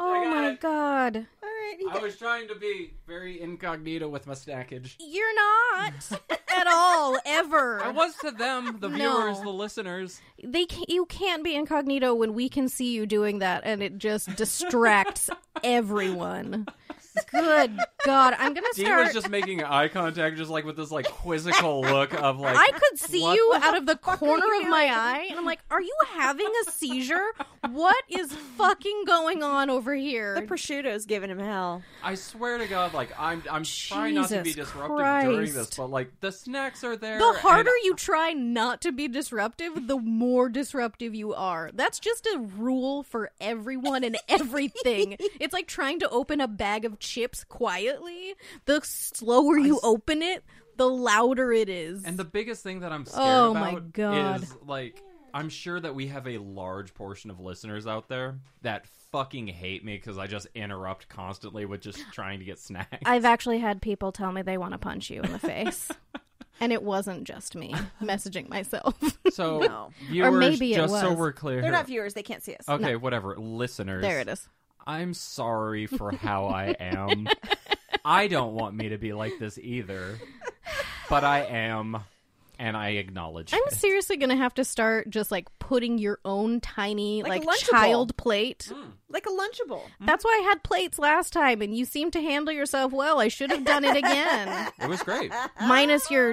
S2: Oh my god.
S3: All right. he-
S1: I was trying to be very incognito with my snackage.
S2: You're not at all ever.
S1: I was to them, the
S2: No.
S1: viewers, the listeners.
S2: they ca you can't be incognito when we can see you doing that and it just distracts everyone. Good god. I'm going to
S1: Dean was
S2: start
S1: just making eye contact, just like with this like quizzical look of like.
S2: I could see
S1: what
S2: you
S1: the
S2: out of the corner
S3: you
S2: of my eye and I'm like, "Are you having a seizure? What is fucking going on over here?"
S3: the prosciutto's giving him hell.
S1: I swear to God, like I'm, I'm trying not to be
S2: Jesus
S1: disruptive during this,
S2: Christ.
S1: but like the snacks are there.
S2: The harder
S1: and
S2: you try not to be disruptive, the more disruptive you are. That's just a rule for everyone and everything. it's like trying to open a bag of chips quietly. The slower you open it, the louder it is.
S1: And the biggest thing that I'm scared
S2: Oh my
S1: about
S2: God.
S1: is like I'm sure that we have a large portion of listeners out there that fucking hate me because I just interrupt constantly with just trying to get snacks.
S2: I've actually had people tell me they want to punch you in the face. and it wasn't just me messaging myself.
S1: so
S3: No.
S1: viewers,
S2: maybe it
S1: just so
S2: was.
S1: we're clear,
S3: They're not viewers. They can't see us.
S1: okay, whatever, listeners.
S2: there it is.
S1: I'm sorry for how I am. I don't want me to be like this either, but I am, and I acknowledge
S2: I'm
S1: it.
S2: seriously going to have to start just like putting your own tiny
S3: Like
S2: like,
S3: a Lunchable.
S2: child plate
S3: Like a Lunchable.
S2: Mm-hmm. That's why I had plates last time, and you seemed to handle yourself well. I should have done it again.
S1: It was great.
S2: Minus your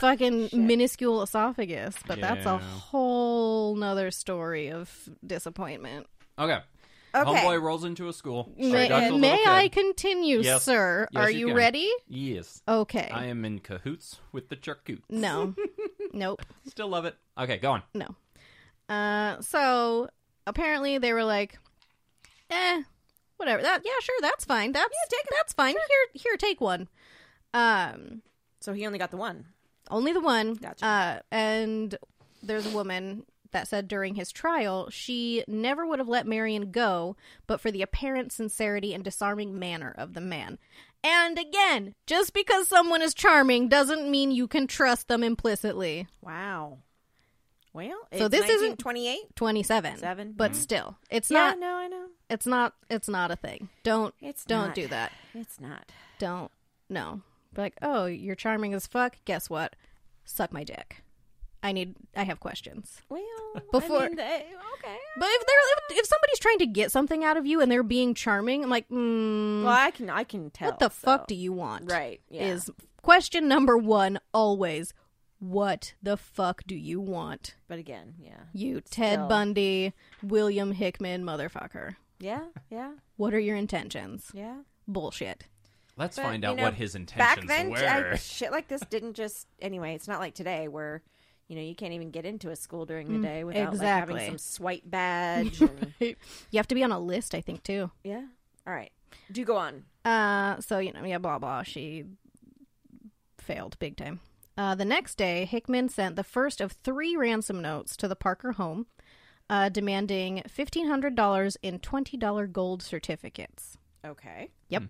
S2: fucking minuscule esophagus. But that's
S1: Yeah.
S2: a whole nother story of disappointment.
S1: Okay.
S3: Okay.
S1: Homeboy rolls into a school.
S2: May,
S1: abducts a little
S2: may
S1: kid.
S2: I continue,
S1: Yes.
S2: sir?
S1: Yes,
S2: Are
S1: you
S2: you
S1: can.
S2: ready?
S1: Yes.
S2: Okay.
S1: I am in cahoots with the charcoot.
S2: No. nope.
S1: Still love it. Okay, go on.
S2: No. Uh, so apparently they were like, eh, whatever. That yeah, sure, that's fine. That's that's fine. Here, here, take one. Um,
S3: So he only got the one.
S2: only the one.
S3: Gotcha.
S2: Uh, and there's a woman that said during his trial she never would have let Marion go, but for the apparent sincerity and disarming manner of the man. And again, just because someone is charming doesn't mean you can trust them implicitly.
S3: Wow. Well,
S2: So
S3: it's
S2: this isn't-
S3: 28.
S2: 27
S3: Seven. Mm-hmm.
S2: but still it's
S3: Yeah,
S2: not
S3: no, I know.
S2: it's not it's not a thing don't
S3: It's
S2: don't
S3: not.
S2: do that
S3: It's not.
S2: don't no Be like oh you're charming as fuck guess what suck my dick i need i have questions
S3: Well,
S2: Before-
S3: I mean, they, okay.
S2: but if they're if, if somebody's trying to get something out of you and they're being charming i'm like mm,
S3: Well, I can I can tell.
S2: what the
S3: so-
S2: fuck do you want
S3: Right. Yeah.
S2: is question number one always what the fuck do you want
S3: but again, yeah.
S2: you ted
S3: Still.
S2: bundy william hickman motherfucker
S3: Yeah, yeah,
S2: what are your intentions
S3: yeah.
S2: bullshit
S1: Let's
S3: But,
S1: find
S3: you
S1: out
S3: know,
S1: what his intentions
S3: Back then,
S1: were.
S3: t- I- shit like this didn't just anyway. It's not like today where you know you can't even get into a school during the day without like
S2: Mm, exactly.
S3: having some swipe badge. and-
S2: you have to be on a list i think too
S3: yeah. All right. Do go on.
S2: Uh, so you know, yeah, blah blah. She failed big time. Uh, the next day, Hickman sent the first of three ransom notes to the Parker home, uh, demanding fifteen hundred dollars in twenty dollar gold certificates.
S3: Okay.
S2: Yep.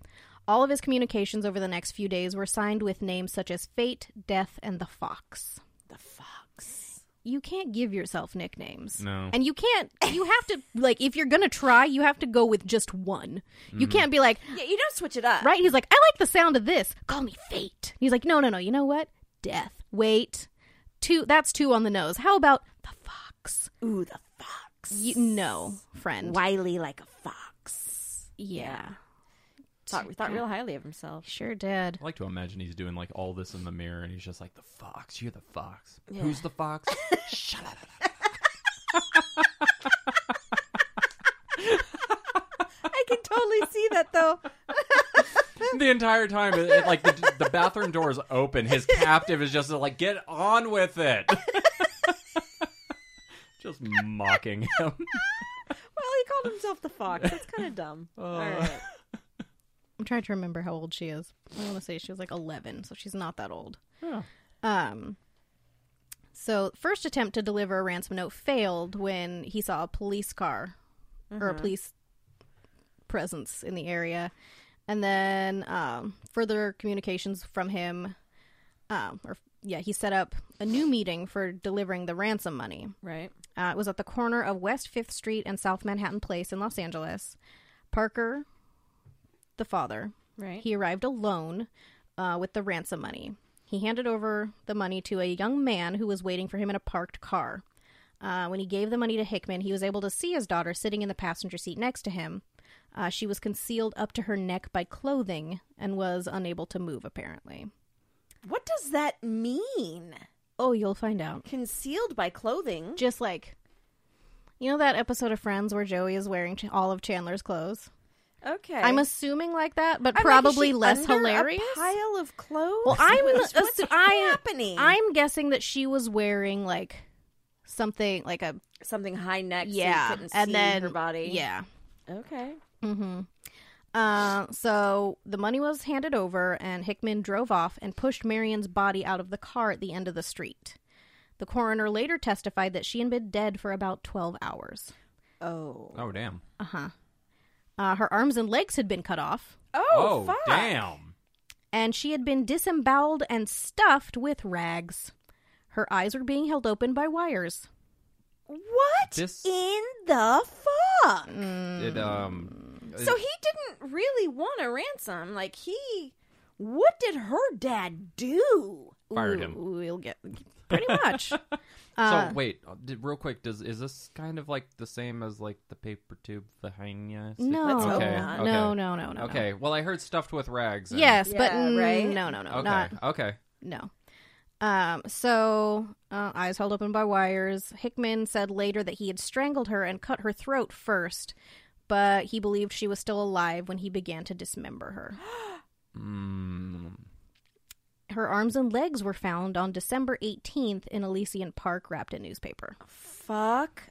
S2: All of his communications over the next few days were signed with names such as Fate, Death, and the Fox.
S3: The fox.
S2: You can't give yourself nicknames.
S1: No.
S2: And you can't, you have to, like, if you're going to try, you have to go with just one. You can't be like,
S3: Yeah, you don't switch it up.
S2: Right? He's like, I like the sound of this. Call me fate. He's like, no, no, no. You know what? Death. Wait. Two. That's two on the nose. How about the fox?
S3: Ooh, the fox.
S2: You, no, friend.
S3: Wily like a fox.
S2: Yeah.
S3: Thought thought real highly of himself.
S2: Sure did.
S1: I like to imagine he's doing like all this in the mirror, and he's just like the fox. You're the fox. Who's the fox? Shut up.
S3: I can totally see that though.
S1: The entire time, it, it- like the, the bathroom door is open, his captive is just like, "Get on with it." just mocking him.
S3: Well, he called himself the fox. That's kind of dumb.
S2: Oh.
S3: All right.
S2: I'm trying to remember how old she is. I want to say she was like 11, so she's not that old.
S1: Yeah.
S2: Um. So, first attempt to deliver a ransom note failed when he saw a police car or a police presence in the area, and then um, further communications from him. Um, or yeah, he set up a new meeting for delivering the ransom money.
S3: Right.
S2: Uh, it was at the corner of West Fifth Street and South Manhattan Place in Los Angeles. Parker, the father,
S3: Right.
S2: he arrived alone uh, with the ransom money. He handed over the money to a young man who was waiting for him in a parked car. Uh, when he gave the money to Hickman, he was able to see his daughter sitting in the passenger seat next to him. Uh, she was concealed up to her neck by clothing and was unable to move, apparently.
S3: What does that mean?
S2: Oh, you'll find out.
S3: Concealed by clothing.
S2: Just like, you know that episode of Friends where Joey is wearing ch- all of Chandler's clothes?
S3: Okay.
S2: I'm assuming like that, but
S3: I'm like, is
S2: probably
S3: she
S2: less
S3: under
S2: hilarious.
S3: A pile of clothes.
S2: Well, I'm
S3: What's
S2: assu- I-
S3: happening?
S2: I'm guessing that she was wearing like something like a
S3: something high neck.
S2: yeah,
S3: so you couldn't
S2: and
S3: see
S2: then
S3: her body.
S2: Yeah.
S3: Okay.
S2: Mm-hmm. Uh, so the money was handed over, and Hickman drove off and pushed Marion's body out of the car at the end of the street. The coroner later testified that she had been dead for about twelve hours. Uh-huh.
S3: Oh.
S1: Oh damn.
S2: Uh, her arms and legs had been cut off,
S3: Oh.
S1: Oh,
S3: fuck.
S1: damn.
S2: and she had been disemboweled and stuffed with rags. Her eyes were being held open by wires.
S3: What
S1: This-
S3: in the fuck?
S2: Mm.
S1: It um.
S3: So he didn't really want a ransom. Like he. What did her dad do?
S1: Fired him.
S2: Ooh, We'll get pretty much.
S1: so wait, uh, did, real quick, does is this kind of like the same as like the paper tube vagina?
S2: No,
S3: Let's hope
S1: okay,
S3: not.
S1: okay.
S2: no, no, no, no.
S1: okay. Well, I heard stuffed with rags.
S2: No.
S1: and-
S2: Yes, but
S3: Yeah,
S2: mm,
S3: right?
S2: no, no, no,
S1: Okay.
S2: not
S1: Okay.
S2: no. Um, so, uh, eyes held open by wires. Hickman said later that he had strangled her and cut her throat first, but he believed she was still alive when he began to dismember her.
S1: Mm.
S2: Her arms and legs were found on December 18th in Elysian Park, wrapped in newspaper.
S3: Fuck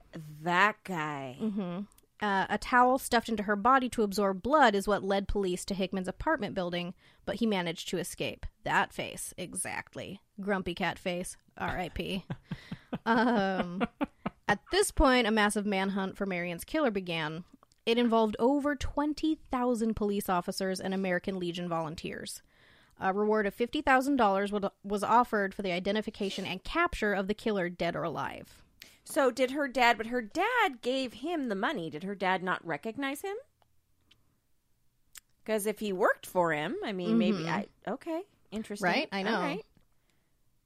S3: that guy.
S2: hmm Uh, a towel stuffed into her body to absorb blood is what led police to Hickman's apartment building, but he managed to escape. That face, exactly. Grumpy cat face, R.I.P. um, at this point, a massive manhunt for Marion's killer began. It involved over 20,000 police officers and American Legion volunteers. A reward of $50,000 wa- was offered for the identification and capture of the killer, dead or alive.
S3: So did her dad, but her dad gave him the money. Did her dad not recognize him? Because if he worked for him, I mean, maybe I. Okay, interesting.
S2: Mm-hmm. Right? I know.
S3: All right.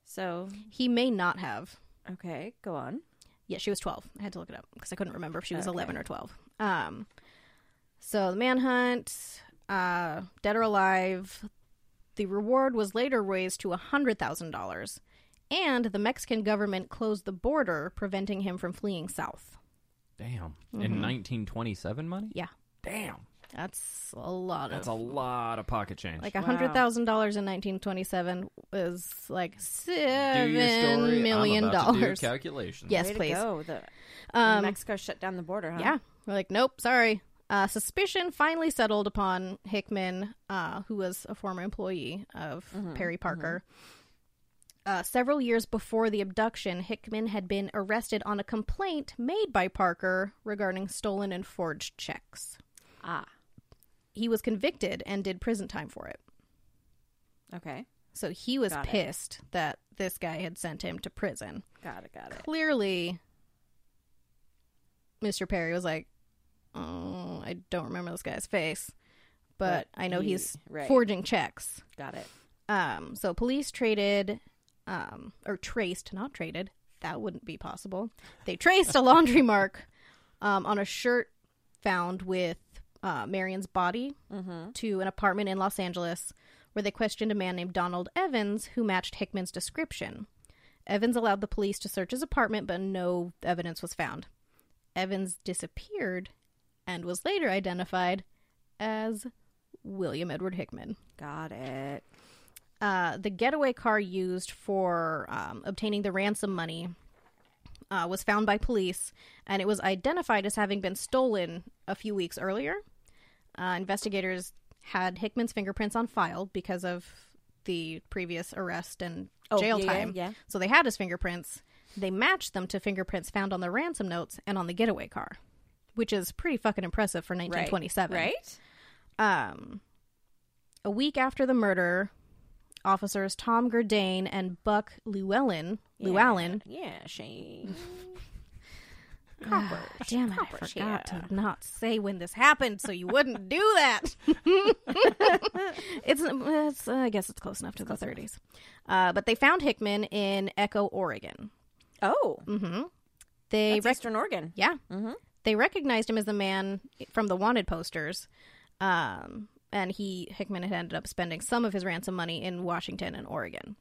S3: So
S2: He may not have.
S3: okay, go on.
S2: Yeah, she was 12. I had to look it up because I couldn't remember if she was
S3: Okay.
S2: 11 or 12. Um, so the manhunt, uh, dead or alive, the reward was later raised to $100,000, and the Mexican government closed the border, preventing him from fleeing south.
S1: Damn. In 1927 money?
S2: Yeah,
S1: Damn.
S2: that's a lot
S1: That's
S2: of.
S1: a lot of pocket change.
S2: like $100,000 in 1927 is like
S1: do your story.
S2: seven
S1: I'm
S2: million
S1: about to do
S2: dollars.
S1: calculations.
S2: Yes,
S3: Way
S2: please.
S3: To go. The,
S2: Um,
S3: Mexico shut down the border, huh?
S2: Yeah. We're like, nope, sorry. Uh, suspicion finally settled upon Hickman, uh, who was a former employee of
S3: Mm-hmm,
S2: Perry Parker. Uh, several years before the abduction, Hickman had been arrested on a complaint made by Parker regarding stolen and forged checks.
S3: Ah,
S2: He was convicted and did prison time for it.
S3: okay.
S2: So he was
S3: Got it.
S2: pissed that this guy had sent him to prison.
S3: Got it, got it.
S2: clearly Mr. Perry was like, "Oh, I don't remember this guy's face, but, I know
S3: he-
S2: he's
S3: right.
S2: forging checks."
S3: Got it.
S2: Um, so police traded, um, or traced, not traded. That wouldn't be possible. They traced a laundry mark um, on a shirt found with uh, Marion's body to an apartment in Los Angeles, where they questioned a man named Donald Evans who matched Hickman's description. Evans allowed the police to search his apartment, but no evidence was found. Evans disappeared and was later identified as William Edward Hickman.
S3: Got it.
S2: Uh, the getaway car used for um, obtaining the ransom money uh, was found by police, and it was identified as having been stolen a few weeks earlier. Uh, investigators had Hickman's fingerprints on file because of the previous arrest and
S3: Oh,
S2: jail
S3: yeah, yeah,
S2: time.
S3: yeah.
S2: So they had his fingerprints. They matched them to fingerprints found on the ransom notes and on the getaway car, which is pretty fucking impressive for 1927.
S3: Right?
S2: Um, a week after the murder, officers Tom Gurdane and Buck Llewellyn, Llewellyn,
S3: Yeah, Shane.
S2: Ah, damn it, I
S3: Copper
S2: forgot
S3: share.
S2: to not say when this happened, so you wouldn't do that. it's, it's uh, I guess it's close enough to the 30s. Uh, but they found Hickman in Echo, Oregon.
S3: Oh,
S2: They
S3: that's
S2: rec-
S3: Eastern Oregon.
S2: Yeah. They recognized him as the man from the wanted posters. Um, and he, Hickman, had ended up spending some of his ransom money in Washington and Oregon.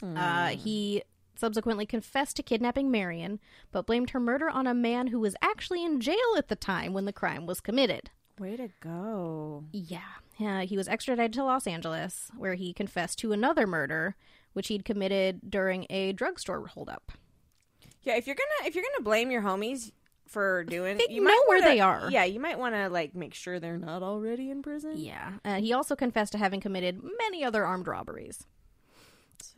S2: Uh, he subsequently confessed to kidnapping Marion, but blamed her murder on a man who was actually in jail at the time when the crime was committed.
S3: Way to go.
S2: Yeah. Uh, he was extradited to Los Angeles, where he confessed to another murder, which he'd committed during a drugstore holdup.
S3: Yeah, if you're gonna if you're gonna blame your homies for doing,
S2: Think
S3: you
S2: know
S3: might
S2: where
S3: wanna-
S2: they are.
S3: Yeah, you might want to like make sure they're not already in prison.
S2: Yeah. Uh, he also confessed to having committed many other armed robberies.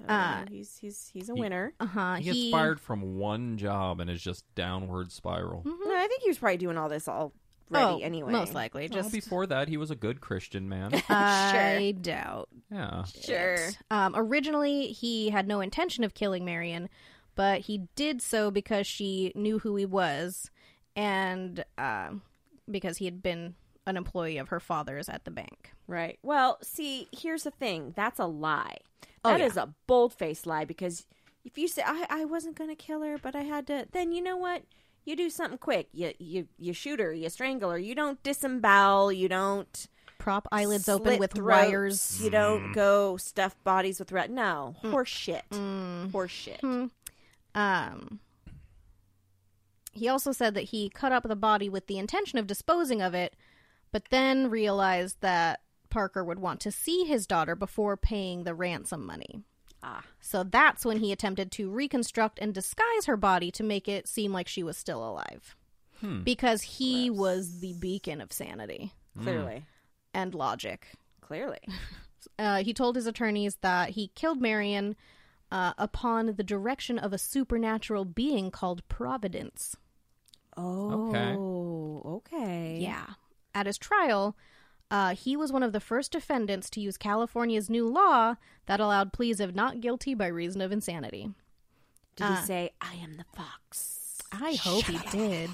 S3: So he's he's he's a winner.
S2: Uh huh.
S1: He gets fired from one job and is just downward spiral.
S2: Mm-hmm.
S3: No, I think he was probably doing all this already anyway.
S2: Uh-huh. Oh, Most likely.
S1: Well,
S2: Just uh,
S1: before that, he was a good Christian man.
S2: I doubt.
S1: yeah.
S3: Sure.
S2: Um, originally, he had no intention of killing Marion, but he did so because she knew who he was, and um because he had been an employee of her father's at the bank.
S3: Right. Well, see, here's the thing. That's a lie.
S2: Oh,
S3: That is a bold faced lie because if you say I, I wasn't gonna kill her, but I had to, then you know what? You do something quick. You you you shoot her. You strangle her. You don't disembowel. You don't
S2: prop eyelids open
S3: slit
S2: with
S3: throats.
S2: wires. Mm.
S3: You don't go stuff bodies with red. No, horse shit. Horse shit.
S2: Um, he also said that he cut up the body with the intention of disposing of it, but then realized that Parker would want to see his daughter before paying the ransom money.
S3: Ah.
S2: So that's when he attempted to reconstruct and disguise her body to make it seem like she was still alive. Because he was the beacon of sanity
S3: Clearly.
S2: and logic.
S3: Clearly.
S2: Uh, he told his attorneys that he killed Marion uh, upon the direction of a supernatural being called Providence.
S3: Oh, okay.
S2: Yeah. At his trial, uh, he was one of the first defendants to use California's new law that allowed pleas of not guilty by reason of insanity.
S3: Did
S2: Uh.
S3: he say, I am the fox?
S2: I hope he did.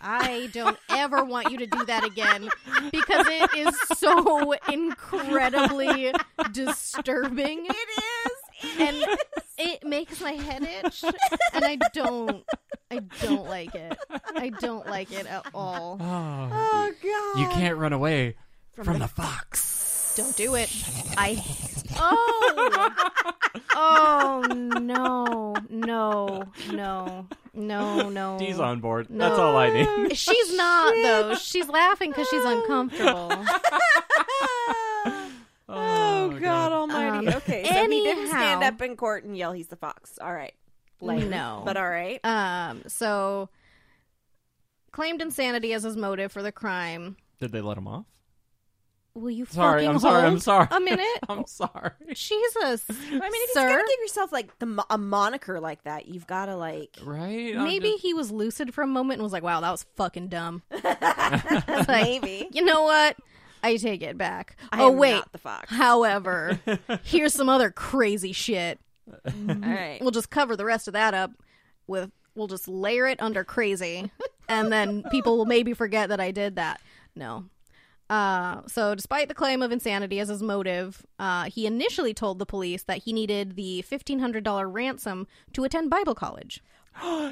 S2: I don't ever want you to do that again because it is so incredibly disturbing.
S3: It is.
S2: and it makes my head itch and i don't i don't like it i don't like it at all
S1: Oh,
S3: Oh, God.
S1: you can't run away from, the fox.
S2: don't do it i oh oh no no no no no
S1: D's on board.
S2: No.
S1: That's all I need.
S2: she's not though she's laughing because she's uncomfortable
S3: Oh, God almighty.
S2: Um,
S3: okay. So he didn't stand
S2: anyhow.
S3: up in court and yell, he's the fox. All right. Lame.
S2: No.
S3: But all right.
S2: um so claimed insanity as his motive for the crime
S1: Did they let him off?
S2: will you
S1: Sorry,
S2: fucking
S1: I'm sorry,
S2: hold
S1: I'm sorry.
S2: a minute
S1: I'm sorry.
S2: jesus
S3: I mean, if
S2: sir
S3: you're going to give yourself, like, the, mo- a moniker like that, you've got to, like,
S1: Right? I'm
S2: Maybe
S1: just-
S2: he was lucid for a moment and was like, wow, that was fucking dumb. like-
S3: maybe.
S2: You know what? I take it back.
S3: I
S2: oh,
S3: am
S2: wait.
S3: not the fox.
S2: However, here's some other crazy shit.
S3: All right.
S2: We'll just cover the rest of that up with, we'll just layer it under crazy. And then people will maybe forget that I did that. No. Uh, so, despite the claim of insanity as his motive, uh, he initially told the police that he needed the $1,500 ransom to attend Bible college.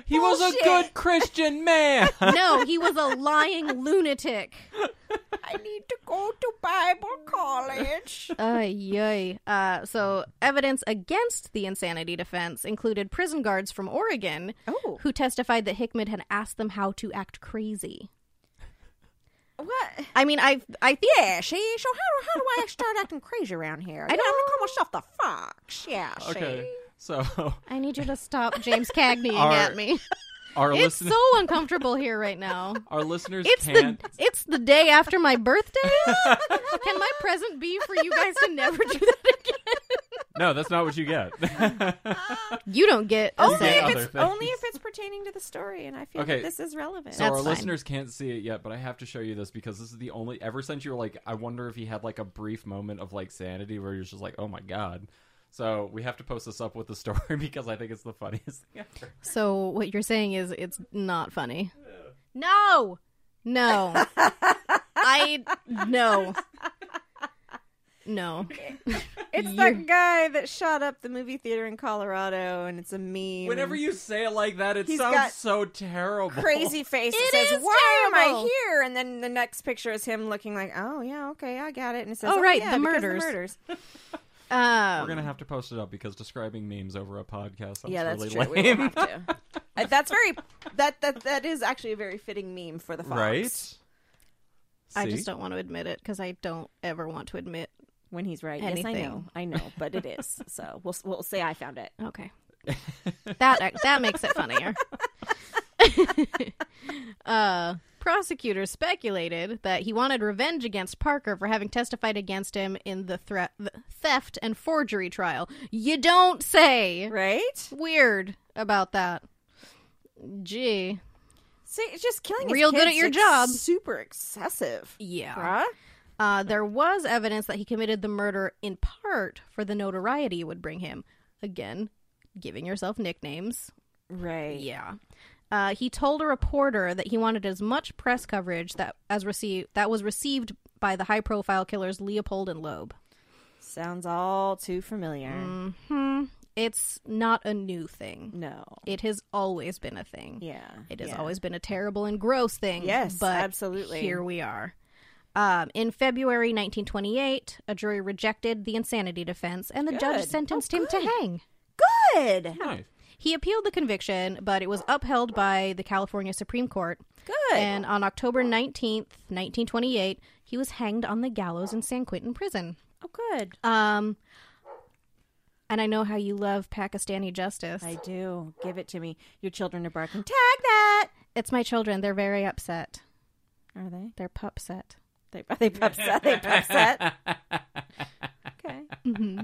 S1: he was a good Christian man.
S2: No, he was a lying lunatic.
S3: I need to go to Bible college.
S2: Uh, yay. Uh, so evidence against the insanity defense included prison guards from Oregon
S3: Oh.
S2: who testified that Hickman had asked them how to act crazy.
S3: What?
S2: I mean, I I think
S3: Yeah, she. So how, how do I start acting crazy around here? I don't I'm gonna call myself the fox. Yeah, she.
S1: okay. So,
S2: I need you to stop James Cagneying
S1: Our
S2: at me.
S1: our,
S2: It's
S1: listen-
S2: so uncomfortable here right now.
S1: our listeners
S2: It's
S1: can't.
S2: the it's the day after my birthday. Can my present be for you guys to never do that again?
S1: No, that's not what you get.
S2: You don't get a
S3: Only
S1: Yeah,
S2: say.
S3: if,
S1: other
S3: it's,
S1: things.
S3: only if it's pertaining to the story, and I feel
S1: Okay.
S3: that this is relevant.
S1: So
S2: That's
S1: our
S2: fine.
S1: listeners can't see it yet, but I have to show you this because this is the only. Ever since you were like, I wonder if he had like a brief moment of like sanity where you're just like, oh my god. So we have to post this up with the story because I think it's the funniest thing ever.
S2: So what you're saying is it's not funny. No. No. I no. No.
S3: it's
S2: you're-
S3: that guy that shot up the movie theater in Colorado, and it's a meme.
S1: Whenever
S3: and
S1: you say it like that, it
S3: He's got
S1: sounds so terrible.
S3: crazy face that
S2: It
S3: says,
S2: is
S3: "Why am I
S2: terrible.
S3: here?" and then the next picture is him looking like, "Oh yeah, okay, I got it," and it says,
S2: Oh, right,
S3: yeah,
S2: the
S3: because
S2: murders."
S3: murders."
S2: Um,
S1: We're gonna have to post it up because describing memes over a podcast sounds
S3: yeah, that's
S1: really
S3: true.
S1: lame.
S3: We will have to. Uh, that's very that that that is actually a very fitting meme for the fox.
S1: right?
S2: I
S1: See?
S2: just don't want to admit it cuz I don't ever want to admit.
S3: when he's right. Yes, I
S2: Anything.
S3: know, I know, but it is. So we'll we'll say I found it.
S2: Okay. That uh, that makes it funnier. uh prosecutors speculated that he wanted revenge against Parker for having testified against him in the, thre- the theft and forgery trial. You don't say.
S3: Right?
S2: weird about that. Gee.
S3: See, it's just killing. his
S2: Real good
S3: kids
S2: at your
S3: is
S2: job.
S3: Super excessive.
S2: Yeah.
S3: Bruh.
S2: Uh, there was evidence that he committed the murder in part for the notoriety it would bring him. Again, giving yourself nicknames.
S3: Right.
S2: Yeah. Uh, he told a reporter that he wanted as much press coverage that as received that was received by the high-profile killers Leopold and Loeb.
S3: Sounds all too familiar.
S2: Hmm. It's not a new thing.
S3: No.
S2: It has always been a thing.
S3: Yeah.
S2: It has
S3: Yeah.
S2: always been a terrible and gross thing.
S3: Yes,
S2: but
S3: absolutely.
S2: Here we are. Um, in February 1928, a jury rejected the insanity defense, and the judge
S3: Good.
S2: sentenced him to hang.
S3: Good.
S1: Nice.
S2: He appealed the conviction, but it was upheld by the California Supreme Court.
S3: Good.
S2: And on October 19th, 1928, he was hanged on the gallows in San Quentin prison.
S3: oh, good.
S2: Um, and I know how you love Pakistani justice.
S3: I do. Give it to me. Your children are barking. Tag that.
S2: It's my children. They're very upset.
S3: Are they?
S2: They're pupset.
S3: They are they upset. They upset. Okay.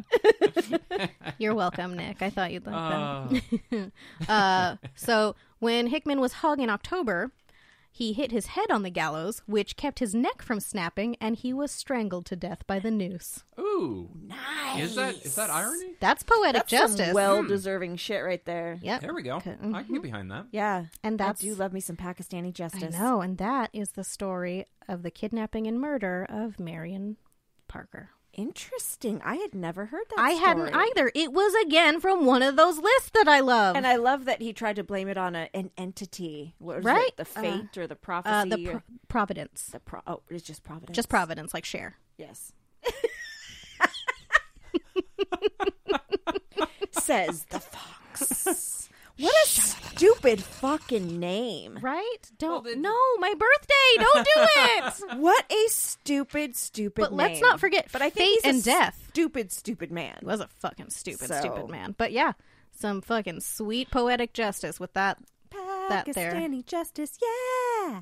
S2: You're welcome, Nick. I thought you'd like
S1: Uh,
S2: that. Uh, so when Hickman was hung in October, he hit his head on the gallows, which kept his neck from snapping, and he was strangled to death by the noose.
S1: ooh,
S3: Nice.
S1: is that is that irony?
S2: That's poetic justice.
S3: Well deserving shit right there.
S2: yep.
S1: There we go.
S2: Okay.
S1: I
S3: mm-hmm.
S1: can get behind that.
S3: Yeah.
S2: And that's-
S3: I do love me some Pakistani
S2: I
S3: justice.
S2: know, and that is the story of the kidnapping and murder of Marion Parker.
S3: Interesting. I had never heard that.
S2: I hadn't
S3: story.
S2: either. It was again from one of those lists that I love.
S3: And I love that he tried to blame it on a, an entity. What was
S2: Right?
S3: It?
S2: Uh-huh.
S3: The fate or the prophecy?
S2: uh, the
S3: or-
S2: pro- Providence,
S3: the pro- oh, it's just providence.
S2: just Providence, like share.
S3: Yes. Says the fox. What a stupid fucking name.
S2: Right? Don't
S1: then-
S2: no, my birthday. Don't do it.
S3: What a stupid, stupid
S2: But let's
S3: name.
S2: not forget
S3: But I think
S2: fate
S3: he's a
S2: and death.
S3: Stupid, stupid man.
S2: He was a fucking stupid,
S3: So-
S2: stupid man. But yeah, some fucking sweet poetic justice with that. That there.
S3: Pakistani justice, yeah.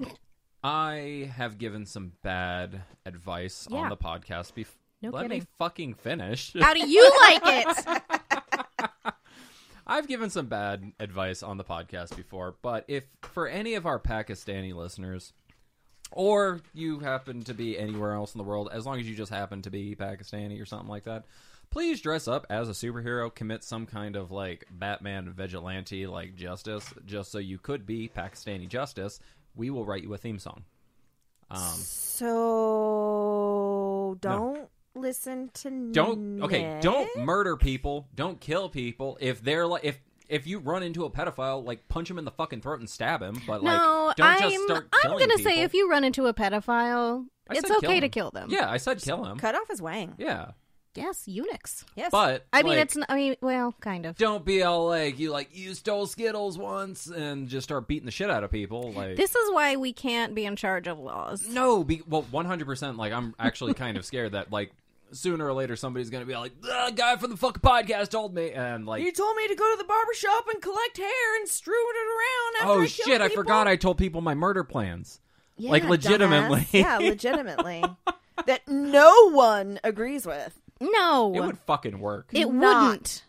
S1: I have given some bad advice
S2: Yeah.
S1: on the podcast. Bef-
S2: No
S1: Let me
S2: kidding.
S1: fucking finish.
S2: How do you like it?
S1: I've given some bad advice on the podcast before, but if for any of our Pakistani listeners, or you happen to be anywhere else in the world, as long as you just happen to be Pakistani or something like that, please dress up as a superhero, commit some kind of like Batman vigilante like justice, just so you could be Pakistani justice. We will write you a theme song. Um,
S3: So don't listen to
S1: don't okay
S3: Nick.
S1: don't murder people don't kill people if they're like if if you run into a pedophile like punch him in the fucking throat and stab him but like
S2: no,
S1: don't
S2: I'm.
S1: just start
S2: I'm
S1: killing
S2: gonna
S1: people.
S2: say if you run into a pedophile,
S1: I
S2: it's
S1: said
S2: okay to
S1: him.
S2: kill them.
S1: yeah i said kill him
S3: cut off his wang.
S1: yeah
S2: Yes, eunuchs.
S3: Yes,
S1: but
S2: I mean,
S1: like,
S2: it's. n- I mean, well, kind of.
S1: don't be all like you like you stole skittles once and just start beating the shit out of people like
S2: This is why we can't be in charge of laws.
S1: no be, well 100% like i'm actually kind of scared that like sooner or later somebody's gonna be like the guy from the fucking podcast told me and like
S3: you told me to go to the barber shop and collect hair and strew it around. After
S1: oh
S3: I
S1: shit i forgot i told people my murder plans like,
S3: Yeah,
S1: legitimately.
S3: dumbass. yeah, legitimately, that no one agrees with.
S2: No,
S1: It would fucking work.
S2: It
S3: not.
S2: wouldn't.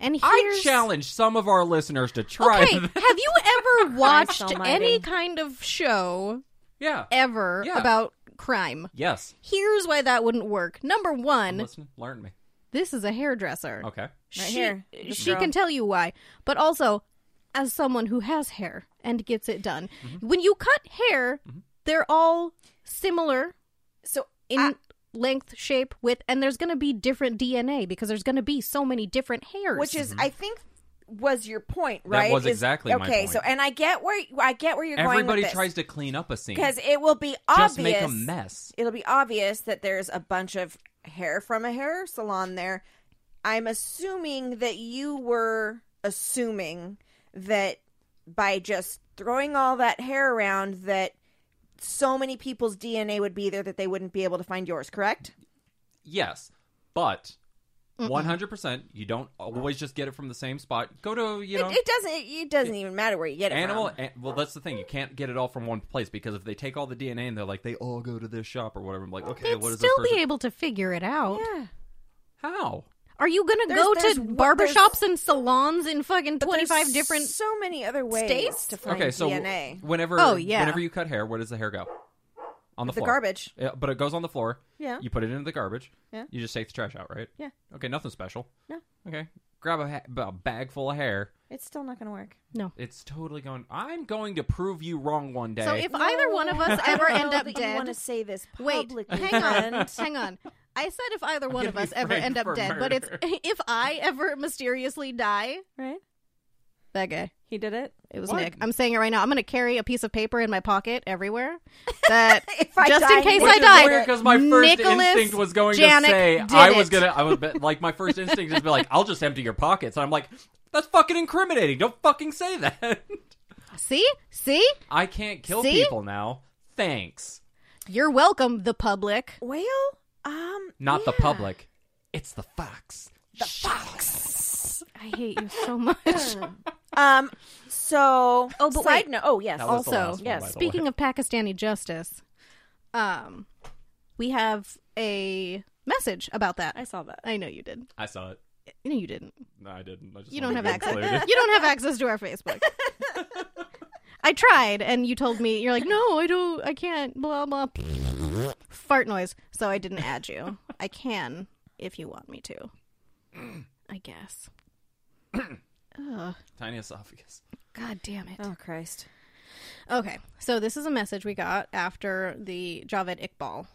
S2: And here's...
S1: I challenge some of our listeners to try.
S2: Okay, have
S1: that.
S2: you ever watched
S3: almighty.
S2: any kind of show
S1: Yeah.
S2: ever
S1: Yeah.
S2: about crime?
S1: yes.
S2: Here's why that wouldn't work. Number one,
S1: Listen, learn me.
S2: this is a hairdresser.
S1: Okay.
S2: She,
S3: here, this
S2: she
S3: girl.
S2: can tell you why. But also, as someone who has hair and gets it done,
S1: Mm-hmm.
S2: when you cut hair, they're all similar
S3: So
S2: in
S3: I-
S2: length, shape, width, and there's going to be different DNA because there's going to be so many different hairs.
S3: which is, I think, was your point, right?
S1: was
S3: Is-
S1: exactly
S3: okay.
S1: my point.
S3: So, and I get where I get where you're
S1: Everybody
S3: going with
S1: tries to clean up a scene.
S3: because it will be obvious.
S1: Just make a mess.
S3: It'll be obvious that there's a bunch of hair from a hair salon there. I'm assuming that you were assuming that by just throwing all that hair around that so many people's DNA would be there that they wouldn't be able to find yours, correct?
S1: Yes, but one hundred percent. You don't always just get it from the same spot. Go to you know
S3: It, it doesn't it, it doesn't even matter where you get it
S1: animal.
S3: from.
S1: An- well, that's the thing. You can't get it all from one place because if they take all the DNA and they're like they all go to this shop or whatever, I'm like okay,
S2: They'd
S1: what is this
S2: still
S1: person?
S2: be able to figure it out.
S3: Yeah.
S1: How?
S2: Are you going to
S3: There's-
S2: go
S3: there's
S2: to
S3: one-
S2: barbershops and salons in fucking
S3: But there's
S2: 25 different
S3: so many other ways
S2: states?
S3: to find
S1: Okay, so
S3: DNA.
S1: whenever
S2: Oh, yeah.
S1: whenever you cut hair, where does the hair go? On the
S3: The
S1: floor.
S3: garbage.
S1: Yeah, but it goes on the floor.
S3: Yeah.
S1: You put it into the garbage.
S3: Yeah.
S1: You just take the trash out, right?
S3: Yeah.
S1: Okay, nothing special.
S3: No.
S1: Okay. Grab a, ha- a bag full of hair.
S3: It's still not going to work.
S1: It's totally going. I'm going to prove you wrong one day.
S2: So if either one of us ever end up
S3: want to
S2: dead,
S3: say this
S2: wait,
S3: publicly.
S2: hang on,
S3: friend.
S2: hang on. I said if either one of
S1: gonna
S2: us
S1: be
S2: ever
S1: framed
S2: end up
S1: for
S2: dead, but it's
S1: murder.
S2: if I ever mysteriously die,
S3: Right?
S2: that guy.
S4: He did it.
S2: It was
S1: What?
S2: Nick. I'm saying it right now. I'm going to carry a piece of paper in my pocket everywhere. That
S3: If I
S2: just
S3: die,
S2: in case
S3: Nick
S2: I
S1: Which
S2: die.
S1: is weird because my first
S2: Nicholas
S1: instinct was going
S2: Janik
S1: to say
S2: did
S1: I was
S2: it.
S1: gonna I was be- like my first instinct is be like I'll just empty your pockets and I'm like that's fucking incriminating don't fucking say that
S2: See? See?
S1: I can't kill
S2: See?
S1: people now thanks
S2: You're welcome, the public.
S3: Well, um,
S1: not the
S3: yeah.
S1: public it's the fox
S3: The fox.
S2: I hate you so much.
S3: Um, so
S2: Oh, but
S3: side
S2: wait.
S3: note. Oh, yes.
S1: that was the
S2: Also,
S1: last one,
S3: yes,
S1: by the way.
S2: Speaking of Pakistani justice, um, we have a message about that.
S4: I
S2: I,
S4: saw that.
S2: know you did.
S1: I saw it
S2: No, you didn't.
S1: no I didn't I just
S2: You don't have
S1: wanted to
S2: access.
S1: include it.
S2: You don't have access to our Facebook. I tried, and you told me you're like, no, I don't, I can't. Blah blah. Fart noise. So I didn't add you. I can if you want me to. I guess. Ugh,
S1: tiny esophagus
S2: God damn it.
S3: Oh Christ.
S2: Okay, so this is a message we got after the Javed Iqbal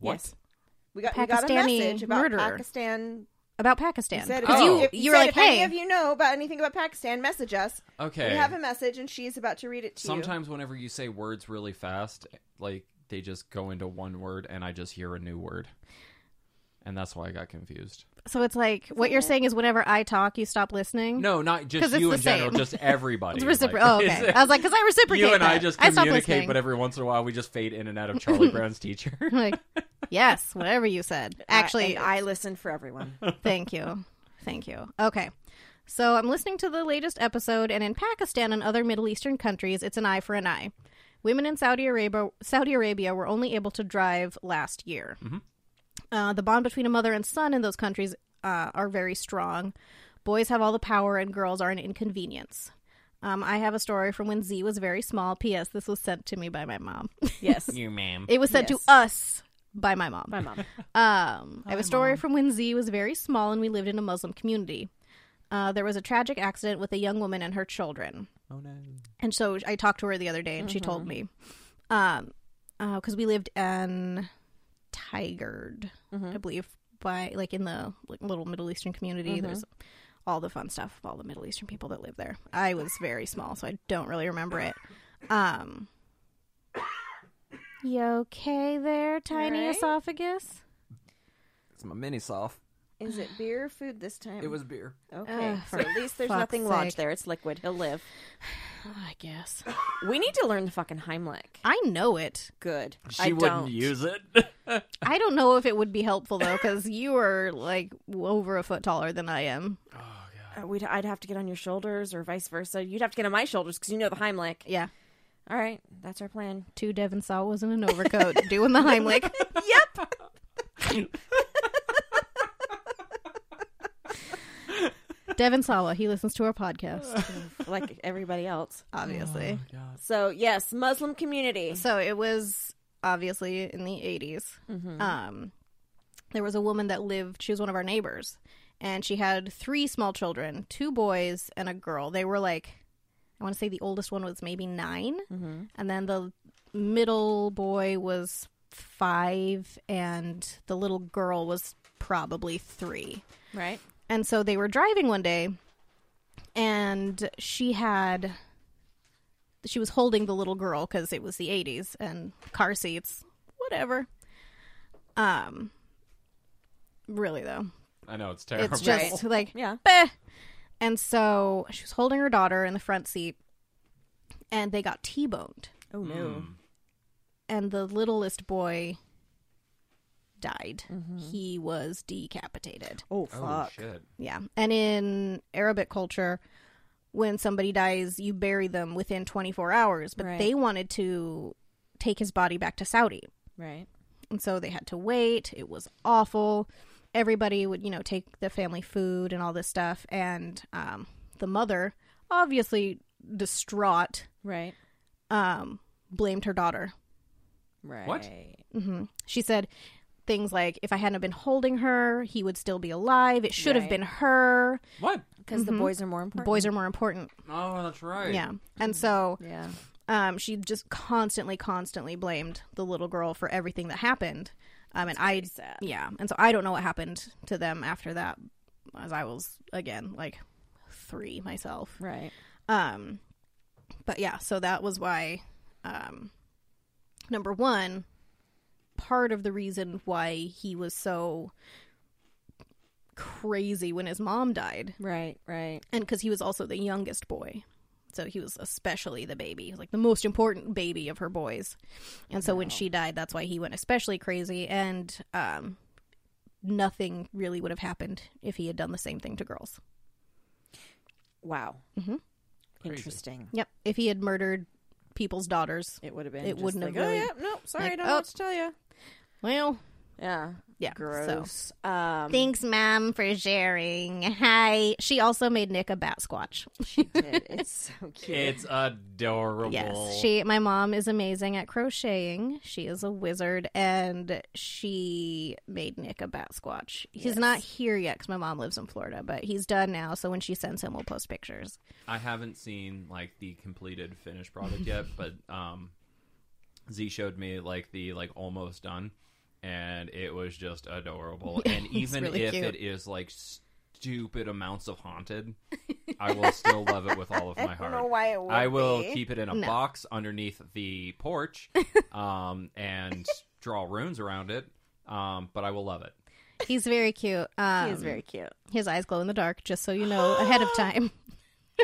S1: what
S3: Yes. We got, we got a
S2: Pakistani
S3: message about
S2: murderer.
S3: Pakistan.
S2: about
S3: You
S2: Pakistan.
S3: said if,
S2: Because
S1: you-
S2: you,
S3: if,
S2: you
S3: said
S2: were like,
S3: if any
S2: hey,
S3: of you know about anything about Pakistan, message us.
S1: okay
S3: We have a message, and she's about to read it to you.
S1: sometimes whenever you say words really fast like they just go into one word and i just hear a new word and that's why i got confused
S2: so it's like what you're saying is whenever I talk, you stop listening.
S1: no not
S2: 'Cause
S1: just
S2: it's
S1: you
S2: the
S1: in general
S2: same.
S1: just everybody
S2: it's
S1: Like,
S2: reciprocal. oh, okay. I was like, because I reciprocate.
S1: you and i
S2: that.
S1: just
S2: stop
S1: communicate
S2: listening.
S1: but every once in a while we just fade in and out of charlie brown's teacher
S2: I'm like, yes, whatever you said.
S3: I-
S2: Actually,
S3: and I listen for everyone.
S2: Thank you. Thank you. Okay. So I'm listening to the latest episode, and in Pakistan and other Middle Eastern countries, it's an eye for an eye. Women in Saudi Arabia, Saudi Arabia were only able to drive last year.
S3: Mm-hmm.
S2: Uh, the bond between a mother and son in those countries uh, are very strong. Boys have all the power, and girls are an inconvenience. Um, I have a story from when Z was very small. P.S. This was sent to me by my mom.
S4: Yes,
S1: you ma'am
S2: It was sent
S3: Yes.
S2: to us by my mom.
S4: my mom.
S2: Um, I have a story from when Z was very small and we lived in a Muslim community. Uh, there was a tragic accident with a young woman and her children.
S1: oh no
S2: And so I talked to her the other day and she told me. Um, because we lived in Tigard, I believe, by like in the like, little Middle Eastern community. There's all the fun stuff of all the Middle Eastern people that live there. I was very small, so I don't really remember it. Um, you okay there, tiny
S3: Right?
S2: esophagus?
S1: it's my mini soft
S3: Is it beer or food this time?
S1: beer
S3: okay.
S2: Ugh,
S3: so
S2: for
S3: at least there's
S2: fuck's
S3: nothing lodged
S2: sake.
S3: there. It's liquid. He'll live.
S2: I guess.
S3: We need to learn the fucking Heimlich.
S2: I know it.
S3: Good.
S1: she
S3: I
S1: wouldn't
S3: don't.
S1: use it
S2: I don't know if it would be helpful though, because you are like over a foot taller than I am.
S3: Uh, we'd, I'd have to get on your shoulders, or vice versa. You'd have to get on my shoulders because you know the Heimlich.
S2: Yeah.
S3: All right, that's our plan.
S2: Two Devon Saw was in an overcoat doing the Heimlich.
S3: yep.
S2: Devon Sawa, he listens to our podcast,
S3: like everybody else.
S2: obviously.
S1: Oh,
S3: So yes, Muslim community.
S2: So it was obviously in the 80s.
S3: Mm-hmm.
S2: Um, there was a woman that lived, she was one of our neighbors, and she had three small children two boys and a girl. They were like, I want to say the oldest one was maybe 9 and then the middle boy was five, and the little girl was probably three.
S3: Right.
S2: And so they were driving one day, and she had. She was holding the little girl because it was the 80s and car seats, whatever. Um, really though,
S1: i know it's terrible
S2: it's just like
S3: Yeah.
S2: Beh. And so she was holding her daughter in the front seat, and they got T-boned,
S3: Oh no.
S1: Hmm.
S2: and the littlest boy died. He was decapitated.
S3: Oh
S1: oh
S3: fuck.
S1: shit
S2: Yeah. And in Arabic culture, when somebody dies, you bury them within 24 hours, but
S3: Right.
S2: they wanted to take his body back to Saudi.
S3: Right.
S2: And so they had to wait. It was awful. Everybody would, you know, take the family food and all this stuff. And um, the mother, obviously distraught,
S3: Right.
S2: um, blamed her daughter.
S3: Right.
S1: What?
S2: hmm She said things like, if I hadn't have been holding her, he would still be alive. It should have
S3: Right.
S2: been her.
S1: what
S3: Because
S2: Mm-hmm.
S3: the boys are more
S2: The
S3: important.
S2: boys are more important.
S1: oh that's right
S2: Yeah. And so
S3: Yeah.
S2: um, she just constantly, constantly blamed the little girl for everything that happened. Um, and I,
S3: sad.
S2: yeah. And so I don't know what happened to them after that, as I was, again, like three myself.
S3: Right.
S2: Um, but yeah, so that was why, um, number one, part of the reason why he was so crazy when his mom died,
S3: Right. Right.
S2: and because he was also the youngest boy. So he was especially the baby, he was like the most important baby of her boys. And so when she died, that's why he went especially crazy. And um, nothing really would have happened if he had done the same thing to girls.
S3: Wow.
S2: Mhm.
S1: Crazy.
S3: Interesting.
S2: Yep. If he had murdered people's daughters,
S3: It would have been.
S2: It
S3: just
S2: wouldn't
S3: like,
S2: have really-
S3: Oh, yeah. No. Sorry, I
S2: like,
S3: don't know
S2: oh.
S3: what to tell you.
S2: well,
S3: Yeah.
S2: yeah. So.
S3: Gross. Um,
S2: Thanks, Mom, for sharing. Hi. She also made Nick a bat squatch.
S3: she did. It's so cute.
S1: It's adorable.
S2: Yes. She my mom is amazing at crocheting. She is a wizard and she made Nick a bat squatch. He's not here yet cuz my mom lives in Florida, but he's done now, so when she sends him we'll post pictures.
S1: I haven't seen like the completed finished product yet, but um, Z showed me like the like almost done, and it was just adorable. And even
S2: really
S1: if
S2: cute.
S1: it is like stupid amounts of haunted, I will still love it with all of my
S3: I don't
S1: heart.
S3: know why it would
S1: I will
S3: be.
S1: keep it in a
S2: No.
S1: box underneath the porch, um, and draw runes around it. Um, but I will love it.
S2: He's very cute. Um,
S3: He is very cute.
S2: His eyes glow in the dark, just so you know ahead of time.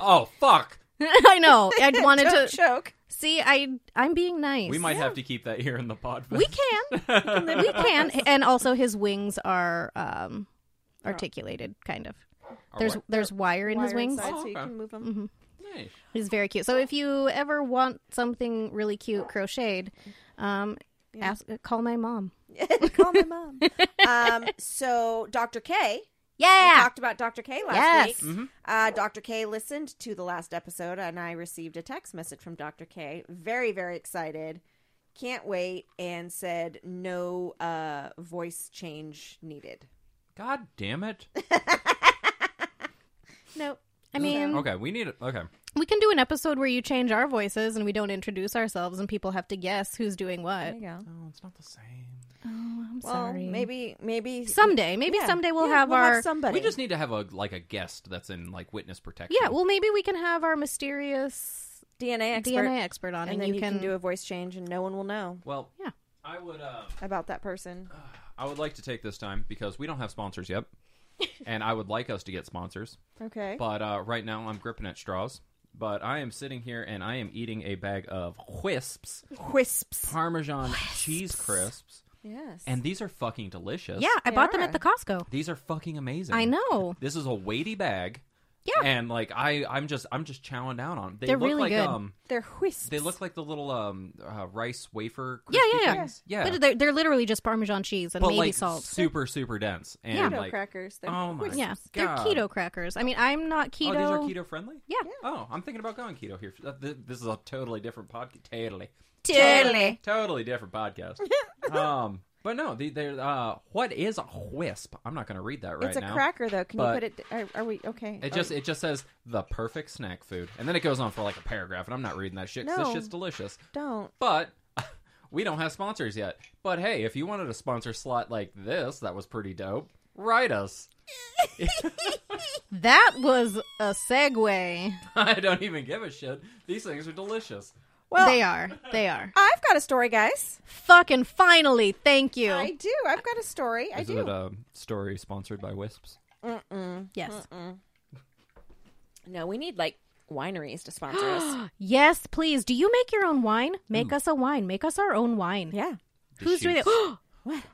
S1: Oh fuck!
S2: I know. I wanted
S3: Don't
S2: to
S3: choke.
S2: see. I I'm being nice.
S1: We might have to keep that here in the pod.
S2: We can. we can and also his wings are um articulated kind of there's there's wire in his
S3: Wire
S2: wings Mm-hmm.
S3: inside
S1: Oh,
S3: so you
S1: okay.
S3: can move 'em.
S1: Nice.
S2: he's very cute so if you ever want something really cute crocheted um ask call my mom
S3: Call my mom. um, so Dr. K. We
S2: yeah
S3: talked about Dr. K last
S2: Yes.
S1: Mm-hmm.
S3: week. Uh, Dr. K listened to the last episode, and I received a text message from Dr. K. Very, very excited. Can't wait, and said no uh, voice change needed.
S1: God damn it.
S2: no i mean
S1: Okay, we need it. Okay.
S2: we can do an episode where you change our voices and we don't introduce ourselves and people have to guess who's doing what
S3: you go.
S1: Oh, it's not the same.
S2: oh i'm
S3: Well, maybe, maybe
S2: someday maybe
S3: yeah,
S2: someday we'll
S3: yeah,
S2: have
S3: we'll
S2: our
S3: have somebody.
S1: We just need to have a like a guest that's in like witness protection.
S2: yeah well maybe we can have our mysterious
S3: DNA expert,
S2: dna expert on
S3: and,
S2: and,
S3: then
S2: you,
S3: can... do a voice change, and no one will know
S1: Well,
S2: Yeah.
S1: I would uh
S3: about that person.
S1: I would like to take this time because we don't have sponsors yet. and I would like us to get sponsors.
S3: Okay.
S1: But uh right now I'm gripping at straws. But I am sitting here and I am eating a bag of Wisps
S3: Wisps.
S1: Parmesan cheese crisps.
S3: Yes.
S1: And these are fucking delicious.
S2: yeah i
S3: They
S2: bought them
S3: are.
S2: at the costco
S1: These are fucking amazing.
S2: i know
S1: This is a weighty bag.
S2: Yeah.
S1: And like I I'm just I'm just chowing down on. 'em. They
S2: They're
S1: look
S2: really
S1: like
S2: good.
S1: um
S3: They're wisps.
S1: They look like the little um uh, rice wafer.
S2: Yeah,
S1: crispy
S2: yeah, yeah.
S1: things. yeah.
S2: But they're, they're literally just Parmesan cheese and
S1: But,
S2: maybe
S1: like
S2: salt.
S1: super super dense and
S2: Yeah.
S3: keto
S1: like
S3: crackers. They're
S1: oh my
S3: wisps.
S2: yeah, they're
S1: God.
S2: keto crackers. I mean, I'm not keto.
S1: Oh, these are keto friendly.
S2: Yeah.
S1: Oh, I'm thinking about going keto here. Th- th- This is a totally different podcast. Totally,
S2: Totally.
S1: totally different podcast. um, but no, the, they're uh, what is a wisp? I'm not going to read that right
S3: It's a
S1: now.
S3: cracker, though. Can
S1: but-
S3: you put it? Are, are we okay? Oh,
S1: It
S3: Are
S1: just it just says the perfect snack food, and then it goes on for like a paragraph, and I'm not reading that shit. 'cause
S3: No.
S1: This shit's delicious.
S3: Don't.
S1: But we don't have sponsors yet. But hey, if you wanted a sponsor slot like this, that was pretty dope. Write us.
S2: That was a segue.
S1: I don't even give a shit. These things are delicious.
S3: Well,
S2: they are. They are.
S3: I've got a story, guys.
S2: Fucking finally. Thank you.
S3: I do. I've got a story. I
S1: Is
S3: do.
S1: it a story sponsored by Wisps?
S2: yes.
S3: No, we need like wineries to sponsor us.
S2: Yes, please. Do you make your own wine? Make us a wine. Make us our own wine.
S3: yeah.
S2: Who's doing it?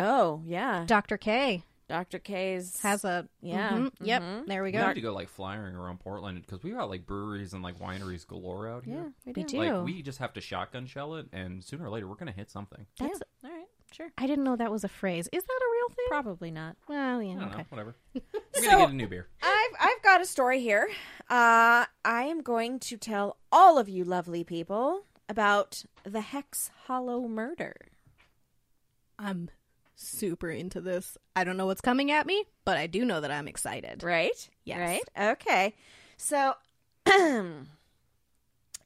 S3: Oh yeah.
S2: Dr. K
S3: Doctor K's
S2: has a.
S3: Yeah.
S2: Mhm. Yep. There we
S1: We
S2: go.
S1: need to go like flying around Portland because we got like breweries and like wineries galore out
S3: Yeah,
S1: here.
S3: we do.
S2: We do.
S1: Like we just have to shotgun shell it, and sooner or later we're gonna hit something.
S2: That's.
S3: All right. Sure.
S2: I didn't know that was a phrase. Is that a real thing?
S3: Probably not.
S2: Well,
S1: I
S2: yeah.
S1: don't
S2: Okay.
S1: know, whatever. We're gonna get a new beer.
S3: I've I've got a story here. Uh, I am going to tell all of you lovely people about the Hex Hollow murder.
S2: I'm super into this. I don't know what's coming at me, but I do know that I'm excited.
S3: Right?
S2: Yes.
S3: Right? Okay. So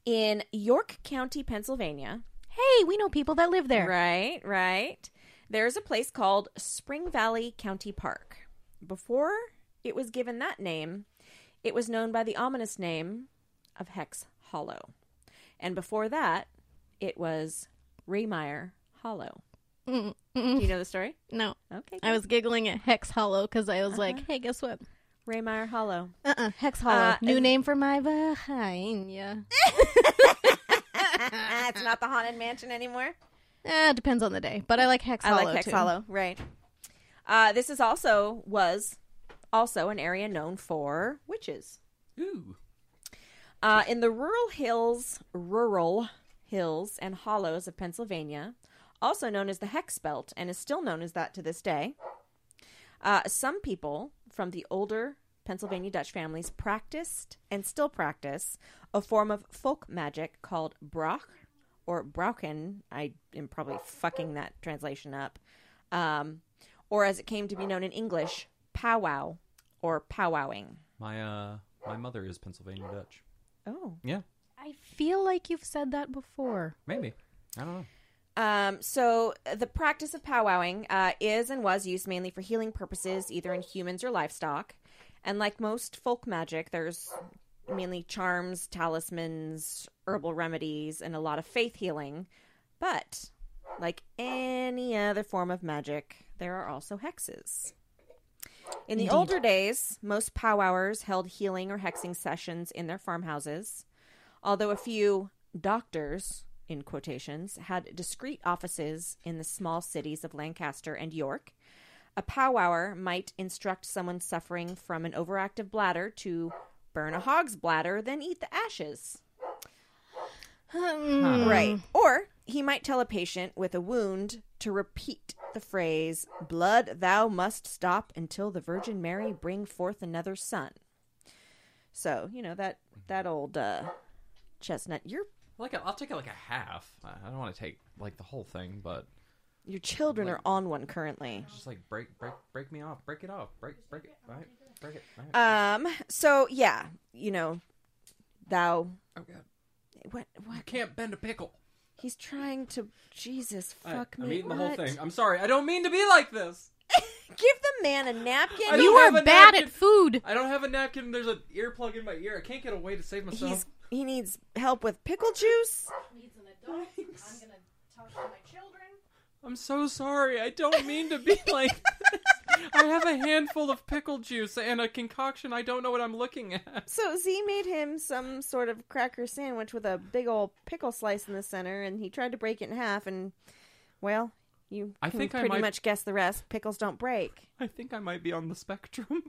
S3: in York County, Pennsylvania,
S2: Hey, we know people that live there.
S3: Right, right. There's a place called Spring Valley County Park. Before it was given that name, it was known by the ominous name of Hex Hollow. And before that, it was Raymire Hollow.
S2: Mm,
S3: Do
S2: mm,
S3: you know the story?
S2: No,
S3: Okay.
S2: I was giggling at Hex Hollow because I was like,
S3: Uh-huh.
S2: hey, guess what?
S3: Raymire Hollow.
S2: Uh uh Hex Hollow.
S3: Uh,
S2: New
S3: is-
S2: name for my vagina.
S3: Ah, it's not the Haunted Mansion anymore.
S2: Eh, depends on the day, but I like Hex
S3: I
S2: Hollow.
S3: like Hex
S2: too.
S3: Hollow, right? Uh, this is also was also an area known for witches.
S1: Ooh.
S3: Uh, in the rural hills, rural hills and hollows of Pennsylvania, also known as the Hex Belt, and is still known as that to this day. Uh, some people from the older Pennsylvania Dutch families practiced and still practice a form of folk magic called brach or brauchen. I am probably fucking that translation up. Um, or as it came to be known in English, powwow or powwowing.
S1: My uh, my mother is Pennsylvania Dutch.
S3: Oh.
S1: Yeah,
S2: I feel like you've said that before.
S1: maybe. I don't know.
S3: Um, so the practice of powwowing uh, is and was used mainly for healing purposes, either in humans or livestock. And like most folk magic, there's mainly charms, talismans, herbal remedies, and a lot of faith healing. But like any other form of magic, there are also hexes. In the
S2: Indeed.
S3: older days, most powwowers held healing or hexing sessions in their farmhouses although a few doctors, in quotations, had discreet offices in the small cities of Lancaster and York. A powwower might instruct someone suffering from an overactive bladder to burn a hog's bladder, then eat the ashes.
S2: Hmm.
S3: Right. Or he might tell a patient with a wound to repeat the phrase, Blood thou must stop until the Virgin Mary bring forth another son. So, you know, that, that old uh, chestnut. You're
S1: Like i I'll take like a half. I I don't want to take like the whole thing, but
S3: Your children are on one currently.
S1: just like break, break, break me off, break it off, break, break it, all right, break it. All right.
S3: Um. So yeah, you know, thou.
S1: oh god,
S3: What? What?
S1: I can't bend a pickle.
S3: He's trying to. Jesus,
S1: I-
S3: fuck me.
S1: I'm eating the whole
S3: what?
S1: thing. I'm sorry. I don't mean to be like this.
S3: Give the man a napkin.
S1: I
S2: You
S1: don't have
S2: are
S1: a
S2: bad
S1: napkin.
S2: at food.
S1: I don't have a napkin. There's an earplug in my ear. I can't get away to save myself.
S3: He's he needs help with pickle juice.
S1: I'm so sorry. I don't mean to be like this. I have a handful of pickle juice and a concoction. I don't know what I'm looking at.
S3: So Z made him some sort of cracker sandwich with a big old pickle slice in the center, and he tried to break it in half, and well, you
S1: I
S3: can
S1: think I
S3: pretty
S1: might-
S3: much guess the rest. Pickles don't break.
S1: I think I might be on the spectrum.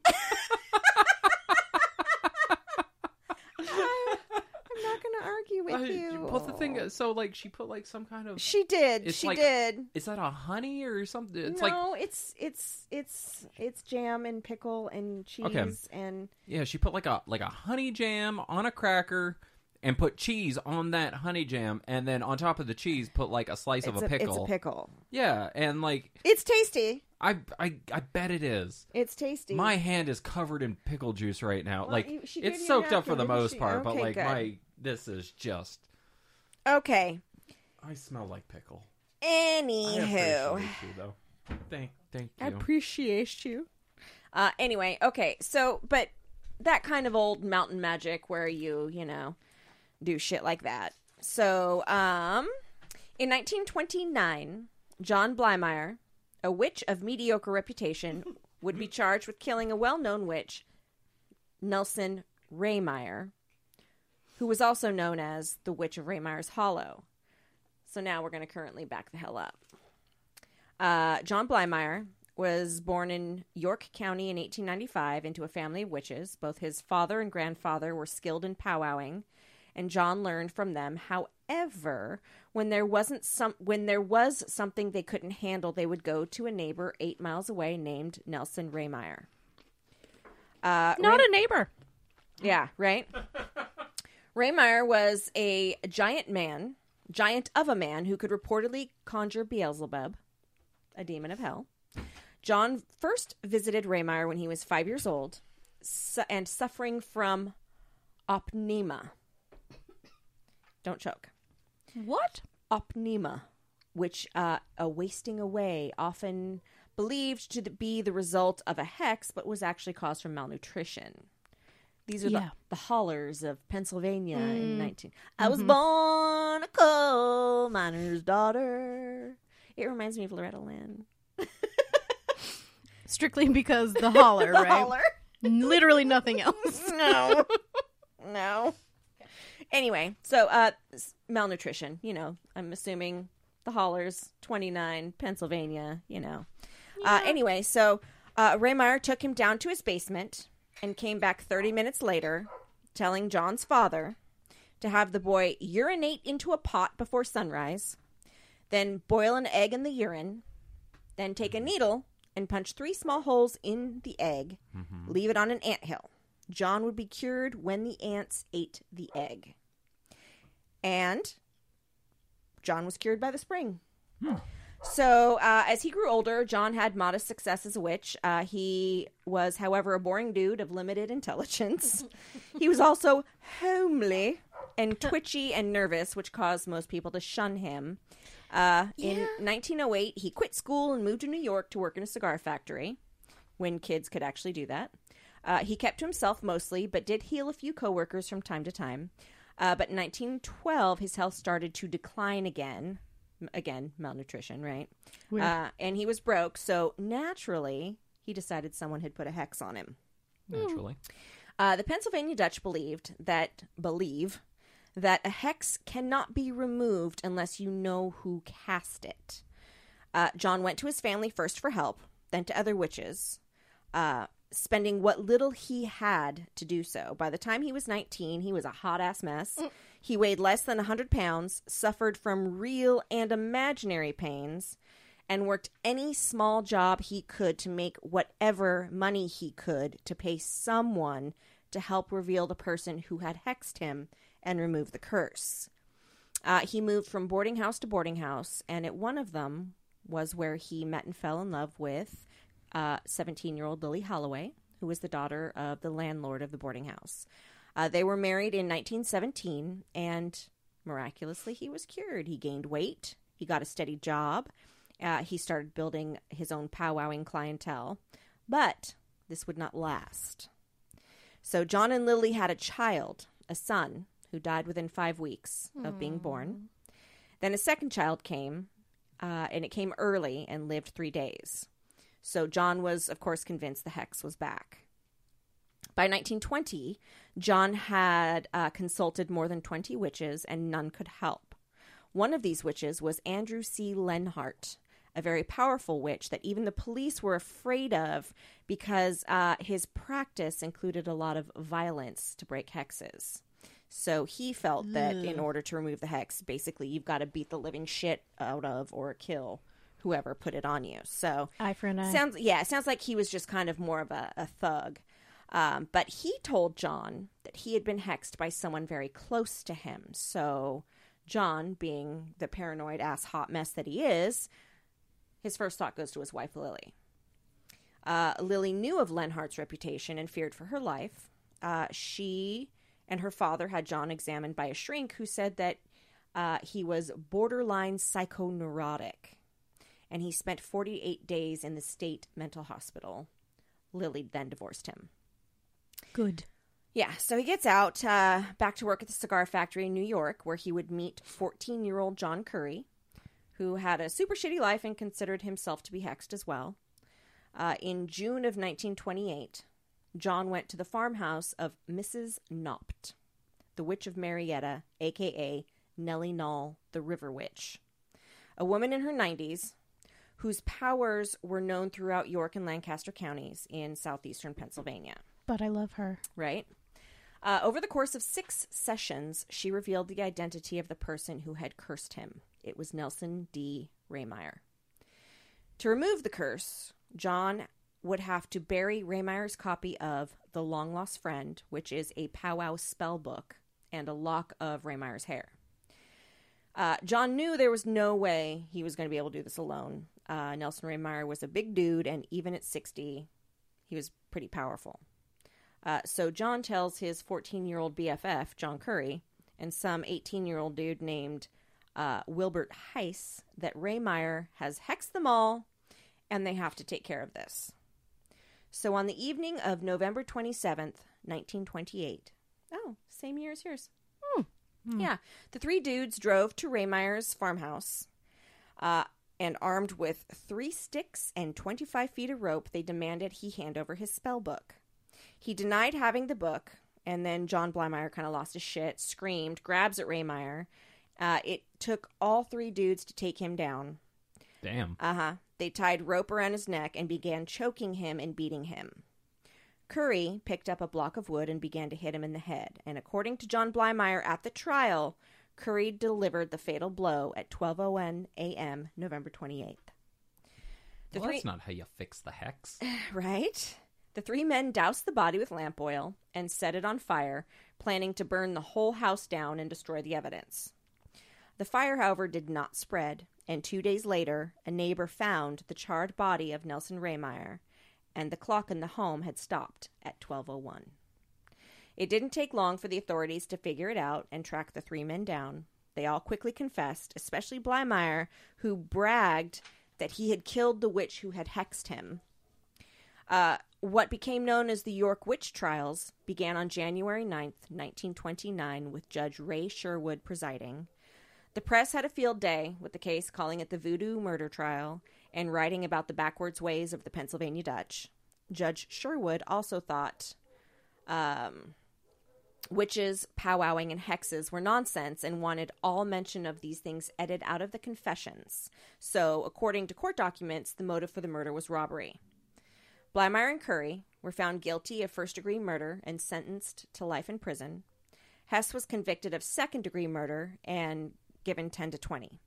S3: I'm not going to argue with
S1: I-
S3: you.
S1: But the thing is, so like she put like some kind of
S3: She did.
S1: It's
S3: she
S1: like-
S3: did.
S1: is that a honey or something? It's like
S3: no, it's it's it's it's jam and pickle and cheese
S1: Okay.
S3: and
S1: yeah, she put like a like a honey jam on a cracker and put cheese on that honey jam, and then on top of the cheese put like a slice
S3: it's
S1: of a pickle.
S3: It's a pickle.
S1: Yeah, and like
S3: It's tasty.
S1: I I I bet it is.
S3: It's tasty.
S1: My hand is covered in pickle juice right now.
S3: Well,
S1: like
S3: you- she gave
S1: it's
S3: you a
S1: soaked up for
S3: napkin,
S1: the
S3: didn't
S1: most
S3: she?
S1: part, but
S3: Okay,
S1: like
S3: good.
S1: my this is just
S3: okay.
S1: I smell like pickle. I
S3: Anywho,
S1: appreciate you though. Thank thank you.
S3: I appreciate you. Uh, anyway, okay. So, but that kind of old mountain magic where you you know do shit like that. So, um, in 1929, John Blymeyer, a witch of mediocre reputation, would be charged with killing a well-known witch, Nelson Raymeyer, who was also known as the Witch of Raymeyer's Hollow. So now we're going to currently back the hell up. Uh, John Blymeyer was born in York County in 1895 into a family of witches. Both his father and grandfather were skilled in powwowing, and John learned from them. However, when there wasn't some when there was something they couldn't handle, they would go to a neighbor eight miles away named Nelson Raymeyer. Uh,
S2: Not a neighbor.
S3: yeah, right? Raymeyer was a giant man, giant of a man who could reportedly conjure Beelzebub, a demon of hell. John first visited Raymeyer when he was five years old su- and suffering from opnema. Don't choke.
S2: What?
S3: Opnema, which uh, a wasting away, often believed to be the result of a hex, but was actually caused from malnutrition. These are
S2: Yeah.
S3: the, the hollers of Pennsylvania in 19. I was born a coal miner's daughter. It reminds me of Loretta Lynn.
S2: Strictly because the holler,
S3: The
S2: right?
S3: holler.
S2: Literally nothing else.
S3: No. no. Anyway, so uh s- malnutrition, you know, I'm assuming the hollers 29 Pennsylvania, you know. Uh anyway, so uh Raymeyer took him down to his basement and came back 30 minutes later telling John's father to have the boy urinate into a pot before sunrise, then boil an egg in the urine, then take a needle and punch three small holes in the egg, leave it on an anthill. John would be cured when the ants ate the egg. And John was cured by the spring. So, uh, as he grew older, John had modest success as a witch. Uh, he was, however, a boring dude of limited intelligence. he was also homely and twitchy and nervous, which caused most people to shun him. Uh, In 1908, he quit school and moved to New York to work in a cigar factory when kids could actually do that. Uh, he kept to himself mostly, but did heal a few coworkers from time to time. Uh, but in 1912, his health started to decline again. M- Again, malnutrition, right?
S2: Weird.
S3: Uh, and he was broke, so naturally, he decided someone had put a hex on him.
S1: Naturally.
S3: Uh, the Pennsylvania Dutch believed that believe that a hex cannot be removed unless you know who cast it. Uh, John went to his family first for help, then to other witches, uh, spending what little he had to do so. By the time he was 19, he was a hot ass mess. He weighed less than 100 pounds, suffered from real and imaginary pains, and worked any small job he could to make whatever money he could to pay someone to help reveal the person who had hexed him and remove the curse. Uh, he moved from boarding house to boarding house, and at one of them was where he met and fell in love with 17 year old Lily Holloway, who was the daughter of the landlord of the boarding house. Uh, they were married in 1917, and miraculously, he was cured. He gained weight, he got a steady job, uh, he started building his own powwowing clientele. But this would not last. So John and Lily had a child, a son, who died within five weeks of being born. Then a second child came, uh, and it came early and lived three days. So John was, of course, convinced the hex was back. By 1920, John had uh, consulted more than 20 witches, and none could help. One of these witches was Andrew C. Lenhart, a very powerful witch that even the police were afraid of because uh, his practice included a lot of violence to break hexes. So he felt that in order to remove the hex, basically you've got to beat the living shit out of or kill whoever put it on you. So
S2: Eye for an eye.
S3: Sounds yeah, it sounds like he was just kind of more of a, a thug. Um, but he told John that he had been hexed by someone very close to him. So John, being the paranoid ass hot mess that he is, his first thought goes to his wife Lily. Uh, Lily knew of Lenhart's reputation and feared for her life. Uh, she and her father had John examined by a shrink who said that uh, he was borderline psychoneurotic and he spent 48 days in the state mental hospital. Lily then divorced him.
S2: Good.
S3: Yeah, so he gets out, uh, back to work at the cigar factory in New York, where he would meet 14 year old John Curry, who had a super shitty life and considered himself to be hexed as well. Uh, in June of 1928, John went to the farmhouse of Mrs. Nopt, the Witch of Marietta, aka Nellie Knoll, the River Witch, a woman in her 90s whose powers were known throughout York and Lancaster counties in southeastern Pennsylvania
S2: But I love her.
S3: right? Uh, over the course of six sessions, she revealed the identity of the person who had cursed him. It was Nelson D. Raymeyer. To remove the curse, John would have to bury Raymeyer's copy of The Long Lost Friend, which is a powwow spell book, and a lock of Raymeyer's hair. Uh, John knew there was no way he was going to be able to do this alone. Uh, Nelson Raymeyer was a big dude, and even at 60, he was pretty powerful. Uh, so John tells his 14 year old BFF, John Curry, and some 18 year old dude named uh, Wilbert Heiss that Raymeyer has hexed them all and they have to take care of this. So on the evening of November 27th, 1928, oh, same year as yours. Yeah, the three dudes drove to Raymeyer's farmhouse, uh, and armed with three sticks and 25 feet of rope, they demanded he hand over his spell book. He denied having the book, and then John Blymeyer kind of lost his shit, screamed, grabs at Raymeyer. Uh, it took all three dudes to take him down.
S1: Damn.
S3: Uh huh. They tied rope around his neck and began choking him and beating him. Curry picked up a block of wood and began to hit him in the head. And according to John Blymeyer at the trial, Curry delivered the fatal blow at 12:01 a.m. November 28th. The
S4: Well,
S3: three
S4: that's not how you fix the hex.
S3: right? The three men doused the body with lamp oil and set it on fire, planning to burn the whole house down and destroy the evidence. The fire, however, did not spread, and two days later, a neighbor found the charred body of Nelson Raymeyer, and the clock in the home had stopped at 1201. It didn't take long for the authorities to figure it out and track the three men down. They all quickly confessed, especially Blymeyer, who bragged that he had killed the witch who had hexed him. Uh, what became known as the York Witch Trials began on January 9th, 1929, with Judge Ray Sherwood presiding. The press had a field day with the case, calling it the Voodoo Murder Trial and writing about the backwards ways of the Pennsylvania Dutch. Judge Sherwood also thought um, witches, powwowing, and hexes were nonsense and wanted all mention of these things edited out of the confessions. So, according to court documents, the motive for the murder was robbery. Blymeyer and Curry were found guilty of first degree murder and sentenced to life in prison. Hess was convicted of second degree murder and given 10 to 20.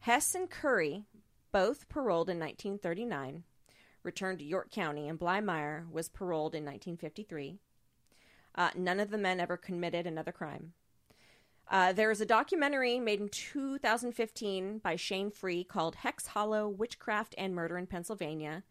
S3: Hess and Curry, both paroled in 1939, returned to York County, and Blymeyer was paroled in 1953. Uh, none of the men ever committed another crime. Uh, there is a documentary made in 2015 by Shane Free called Hex Hollow Witchcraft and Murder in Pennsylvania.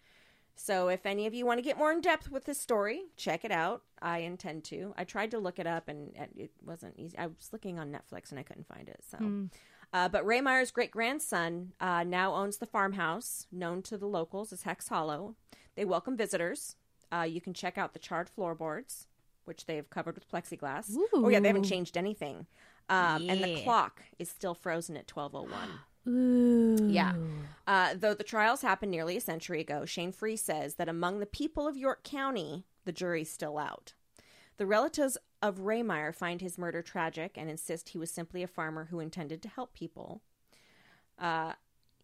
S3: So, if any of you want to get more in depth with this story, check it out. I intend to. I tried to look it up and it- it wasn't easy. I was looking on Netflix and I couldn't find it. So,
S2: Hmm.
S3: uh, but Ray Meyer's great grandson uh, now owns the farmhouse known to the locals as Hex Hollow. They welcome visitors. Uh, you can check out the charred floorboards, which they have covered with plexiglass. Oh yeah, they haven't
S2: Ooh.
S3: changed anything. Um, And the
S2: Yeah.
S3: clock is still frozen at twelve oh one.
S2: Ooh.
S3: Yeah. Uh, though the trials happened nearly a century ago, Shane Free says that among the people of York County, the jury's still out. The relatives of Raymeyer find his murder tragic and insist he was simply a farmer who intended to help people. Uh,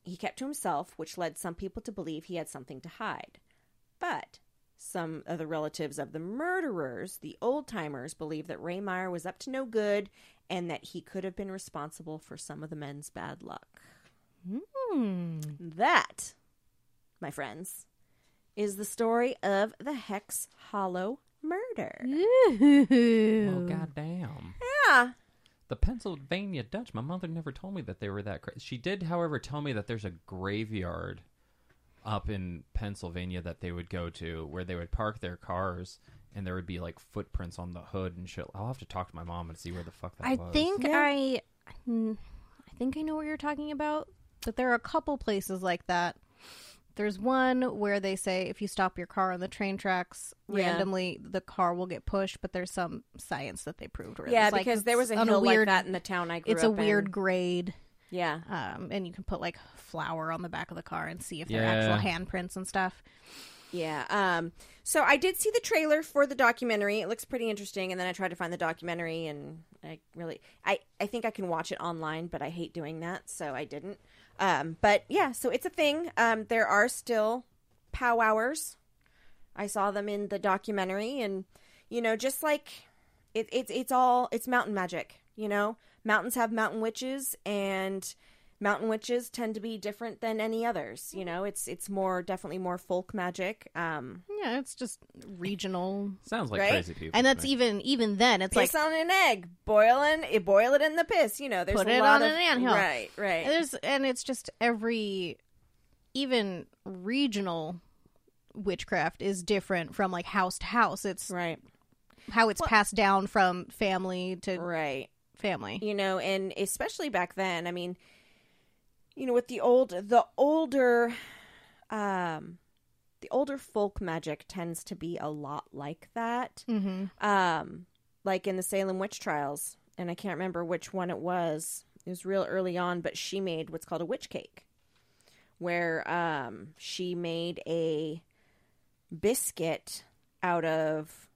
S3: he kept to himself, which led some people to believe he had something to hide. But some of the relatives of the murderers, the old timers, believe that Raymeyer was up to no good and that he could have been responsible for some of the men's bad luck.
S2: Mm.
S3: That, my friends, is the story of the Hex Hollow murder.
S2: Ooh.
S4: Oh goddamn!
S3: Yeah.
S4: The Pennsylvania Dutch. My mother never told me that they were that crazy. She did, however, tell me that there's a graveyard up in Pennsylvania that they would go to where they would park their cars and there would be like footprints on the hood and shit. I'll have to talk to my mom and see where the fuck that
S2: I
S4: was.
S2: think
S3: Yeah.
S2: I, mm, I think I know what you're talking about. But there are a couple places like that. There's one where they say if you stop your car on the train tracks
S3: Yeah.
S2: randomly, the car will get pushed. But there's some science that they proved. Where
S3: Yeah,
S2: it's like,
S3: because there was a
S2: on
S3: hill
S2: weird,
S3: like that in the town I grew
S2: It's
S3: up
S2: a
S3: in.
S2: weird grade,
S3: Yeah.
S2: um, and you can put like flour on the back of the car and see if there are
S4: Yeah.
S2: actual handprints and stuff.
S3: Yeah. Um so I did see the trailer for the documentary. It looks pretty interesting and then I tried to find the documentary and I really I I think I can watch it online, but I hate doing that, so I didn't. Um but yeah, so it's a thing. Um there are still pow hours. I saw them in the documentary and you know, just like it, it's it's all it's mountain magic, you know? Mountains have mountain witches and mountain witches tend to be different than any others you know it's it's more definitely more folk magic um
S2: Yeah, it's just regional,
S4: sounds like
S3: Right?
S4: crazy people.
S2: and
S4: to
S2: that's
S4: me.
S2: even even then it's like
S3: piss on an egg boil in it boil it in the piss you know there's
S2: Put
S3: a
S2: it
S3: lot
S2: on
S3: of,
S2: an anthill.
S3: right right
S2: And There's and it's just every even regional witchcraft is different from like house to house. It's
S3: right
S2: how it's passed down from family to
S3: right
S2: family.
S3: you know and especially back then i mean you know with the old the older um, the older folk magic tends to be a lot like that.
S2: Mm-hmm.
S3: Um, like in the Salem witch trials, and I can't remember which one it was. It was real early on, but she made what's called a witch cake, where um, she made a biscuit out of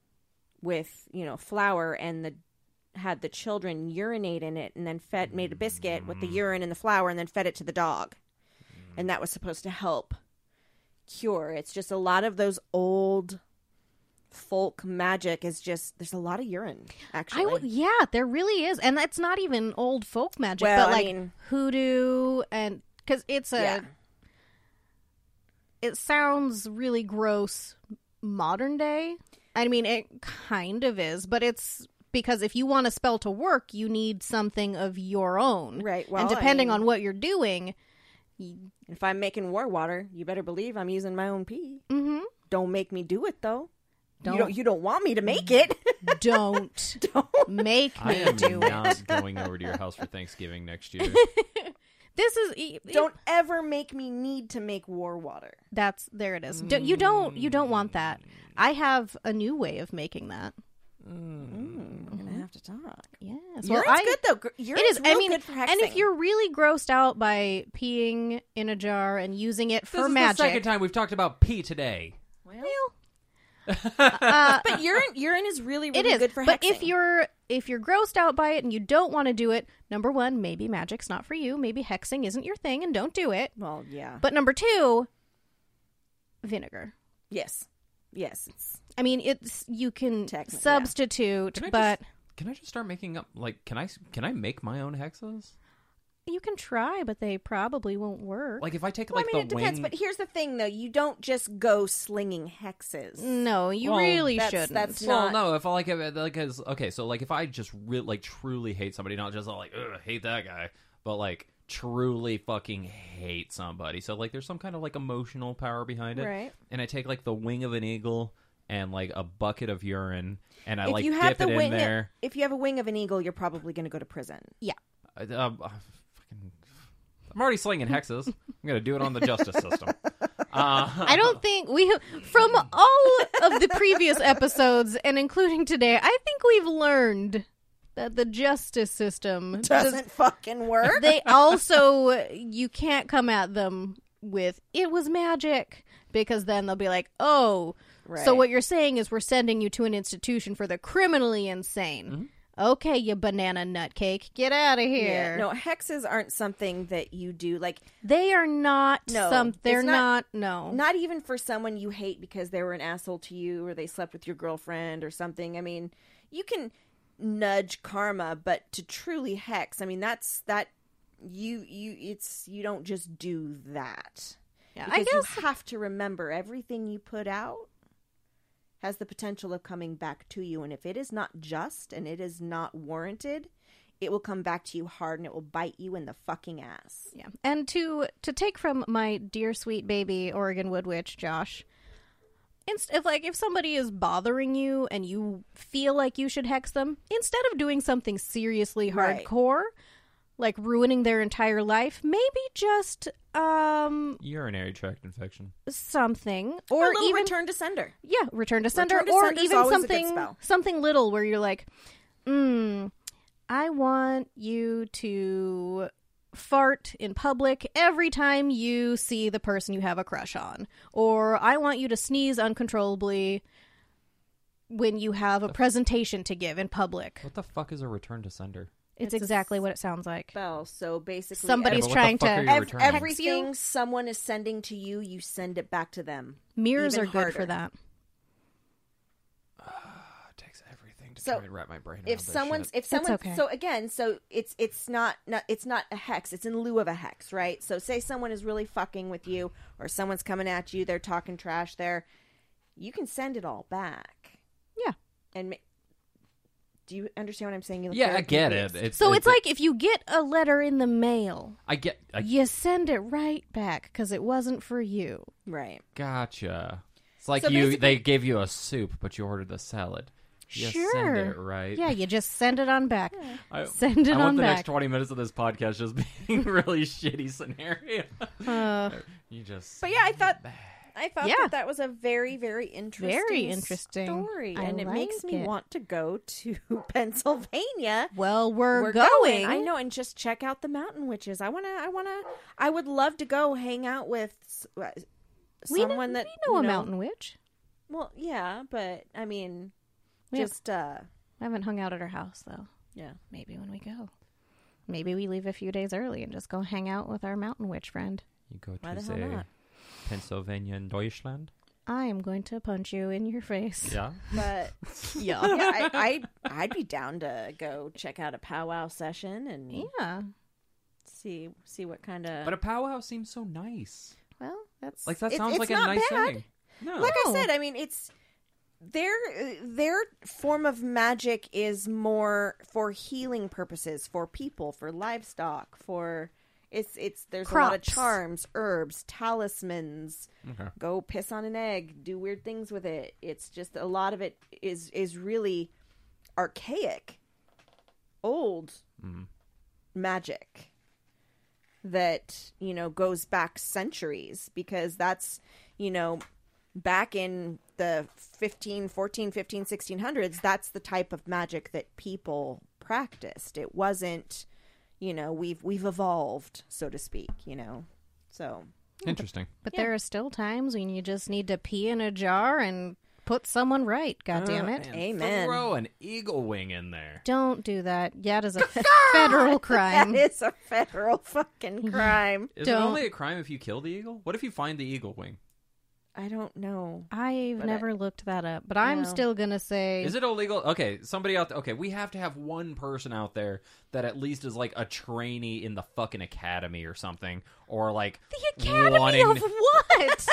S3: with you know flour and the had the children urinate in it and then fed made a biscuit with the urine and the flour and then fed it to the dog and that was supposed to help cure it's just a lot of those old folk magic is just there's a lot of urine actually
S2: I w- yeah, there really is, and that's not even old folk magic,
S3: Well,
S2: but
S3: I
S2: like
S3: mean-
S2: hoodoo and because it's a
S3: yeah
S2: it sounds really gross modern day. I mean, it kind of is, but it's because if you want a spell to work, you need something of your own,
S3: Right, well,
S2: and
S3: I
S2: depending
S3: mean-
S2: on what you're doing,
S3: if i'm making war water you better believe i'm using my own pee
S2: hmm
S3: don't make me do it though
S2: Don't.
S3: you don't you don't want me to make it
S2: don't make
S4: I
S2: me
S4: am
S2: do it.
S4: not going over to your house for Thanksgiving next year.
S2: This is e- e-
S3: don't ever make me need to make war water
S2: That's there it is. Do, you don't you don't want
S3: Mm.
S2: that. I have a new way of making that.
S3: we're gonna have to talk
S2: Yes.
S3: Urine's
S2: I,
S3: good though. Gr- Urine's
S2: it is. I
S3: real
S2: mean,
S3: good for
S2: and if
S3: hexing.
S2: you're really grossed out by peeing in a jar and using it for
S4: this is
S2: magic,
S4: the second time we've talked about pee today.
S3: but urine urine Uh-uh. is really
S2: it
S3: really
S2: is
S3: good for
S2: but
S3: hexing.
S2: if you're if you're grossed out by it and you don't want to do it, number one, maybe magic's not for you. Maybe hexing isn't your thing, and don't do it.
S3: well, yeah,
S2: But number two, vinegar.
S3: yes, yes, it's
S2: I mean, it's you can
S3: Technically, yeah.
S2: substitute,
S4: Can I
S2: but
S4: just, can I just start making up? Like, can I s- can I make my own hexes?
S2: you can try, but they probably won't work.
S4: Like, if I take
S3: Well,
S4: like
S3: I mean, it
S4: the
S3: depends.
S4: wing,
S3: But here's the thing, though: you don't just go slinging hexes.
S2: No, you
S4: Well,
S2: really
S3: that's-
S2: shouldn't.
S3: that's
S4: Well,
S3: not-
S4: no. If I like, if, like, as okay, so like, if I just re- like truly hate somebody, not just like Ugh, hate that guy, but like truly fucking hate somebody. So like, there's some kind of like emotional power behind it,
S3: Right.
S4: And I take like the wing of an eagle and like a bucket of urine, and I
S3: if
S4: like
S3: you
S4: dip
S3: have the
S4: it
S3: wing,
S4: in there.
S3: if you have a wing of an eagle, you're probably going to go to prison.
S4: I, um, I fucking, I'm already slinging hexes. I'm gonna do it on the justice system. Uh,
S2: I don't think we from all of the previous episodes and including today, I think we've learned that the justice system
S3: Doesn't fucking work.
S2: they also you can't come at them with it was magic because then they'll be like, "Oh, so
S3: Right.
S2: what you're saying is we're sending you to an institution for the criminally insane." Okay, you banana nutcake, get out of
S3: Yeah.
S2: here.
S3: No, hexes aren't something that you do like
S2: They are not
S3: No,
S2: some
S3: it's
S2: they're
S3: not-
S2: not, no.
S3: not even for someone you hate because they were an asshole to you or they slept with your girlfriend or something. I mean, you can nudge karma, but to truly hex, I mean that's that you you it's you don't just do that.
S2: Yeah,
S3: Because
S2: I guess
S3: you have to remember everything you put out has the potential of coming back to you and if it is not just and it is not warranted, it will come back to you hard and it will bite you in the fucking ass.
S2: Yeah. And to to take from my dear sweet baby Oregon Wood Witch, Josh, instead like if somebody is bothering you and you feel like you should hex them, instead of doing something seriously
S3: Right.
S2: hardcore, like ruining their entire life, maybe just um
S4: urinary tract infection.
S2: something
S3: Or
S2: or
S3: little
S2: even
S3: return to sender.
S2: yeah, return to sender,
S3: Return to
S2: or
S3: sender's
S2: even
S3: always a good
S2: something
S3: spell.
S2: something little where you're like, mm, I want you to fart in public every time you see the person you have a crush on, or I want you to sneeze uncontrollably when you have a presentation to give in public.
S4: What the fuck is a return to sender?
S2: It's,
S3: It's a
S2: exactly what it sounds like.
S3: Spell. So basically
S4: Yeah, but
S2: Somebody's
S4: what the
S2: trying
S4: fuck are
S2: to
S4: your-
S3: Ev-
S4: returning.
S3: everything someone is sending to you, you send it back to them.
S2: mirrors
S3: even
S2: are good for
S3: harder.
S2: that.
S1: Ah,
S4: It takes everything to
S3: So,
S4: try and wrap my brain. around
S3: If
S4: this
S3: someone's,
S4: shit.
S3: if someone's,
S2: okay.
S3: so again, so it's it's not, not it's not a hex. It's in lieu of a hex, right? So say someone is really fucking with you, or someone's coming at you, they're talking trash. There, you can send it all back.
S2: Yeah.
S3: And ma- do you understand what I'm saying? You look
S4: yeah,
S3: very
S4: I get it.
S3: confused.
S4: It's,
S2: So it's like if you get a letter in the mail,
S4: I get. I
S2: you send it right back because it wasn't for you.
S3: right.
S4: gotcha. It's like
S3: So
S4: you.
S3: basically-
S4: They gave you a soup, but you ordered the salad.
S1: You
S2: sure.
S1: send it right.
S2: Yeah, you just send it on back.
S1: I,
S2: Send
S5: I
S2: it
S5: want
S2: on
S5: the next
S2: back.
S5: 20 minutes of this podcast just being really shitty scenario.
S2: Uh,
S5: You just.
S3: But yeah, I thought I thought
S2: Yeah.
S3: that that was a very very interesting
S2: Very interesting.
S3: story,
S2: I
S3: and it makes
S2: like
S3: me
S2: it.
S3: want to go to Pennsylvania.
S2: well, we're,
S3: We're
S2: going.
S3: I know, and just check out the mountain witches. I wanna, I wanna, I would love to go hang out with s- uh,
S2: We know,
S3: someone that
S2: we know a
S3: you
S2: mountain witch.
S3: Well, yeah, but I mean,
S2: We have-
S3: just uh,
S2: I haven't hung out at her house though.
S3: yeah.
S2: Maybe when we go. Maybe we leave a few days early and just go hang out with our mountain witch friend.
S1: You go
S3: Why
S1: to
S3: the hell
S1: say
S3: not?
S1: Pennsylvania and Deutschland.
S2: I am going to punch you in your face.
S5: Yeah.
S3: But
S2: Yeah.
S3: yeah, I, I I'd be down to go check out a powwow session and
S2: yeah.
S3: see see what kind of.
S1: But a powwow seems so nice.
S2: Well, that's
S1: Like that
S3: It's-
S1: sounds
S3: it's
S1: like a
S3: not
S1: nice
S3: bad.
S1: thing. No.
S3: like I
S2: No.
S3: said, I mean, it's their their form of magic is more for healing purposes for people, for livestock, for it's it's there's a lot of
S2: Crops.
S3: charms, herbs, talismans.
S5: Okay.
S3: Go piss on an egg, do weird things with it. It's just a lot of it is is really archaic, old magic that you know goes back centuries because that's you know back in the 15 14 15 1600s that's the type of magic that people practiced it wasn't you know we've we've evolved so to speak you know so
S1: Interesting.
S2: But there are still times when you just need to pee in a jar and put someone right. God damn it.
S1: Uh, And
S3: Amen.
S1: Throw an eagle wing in there.
S2: Don't do that. That is a federal crime.
S3: it's a federal fucking crime
S1: Is it
S2: Don't.
S1: only a crime if you kill the eagle? What if you find the eagle wing?
S3: i don't know
S2: I've
S3: But
S2: never looked that up, but I'm
S3: No.
S2: still gonna say
S1: Is it illegal? Okay, somebody out there. Okay, we have to have one person out there that at least is like a trainee in the fucking academy or something, or like the academy wanting of,
S3: Oh.
S2: what?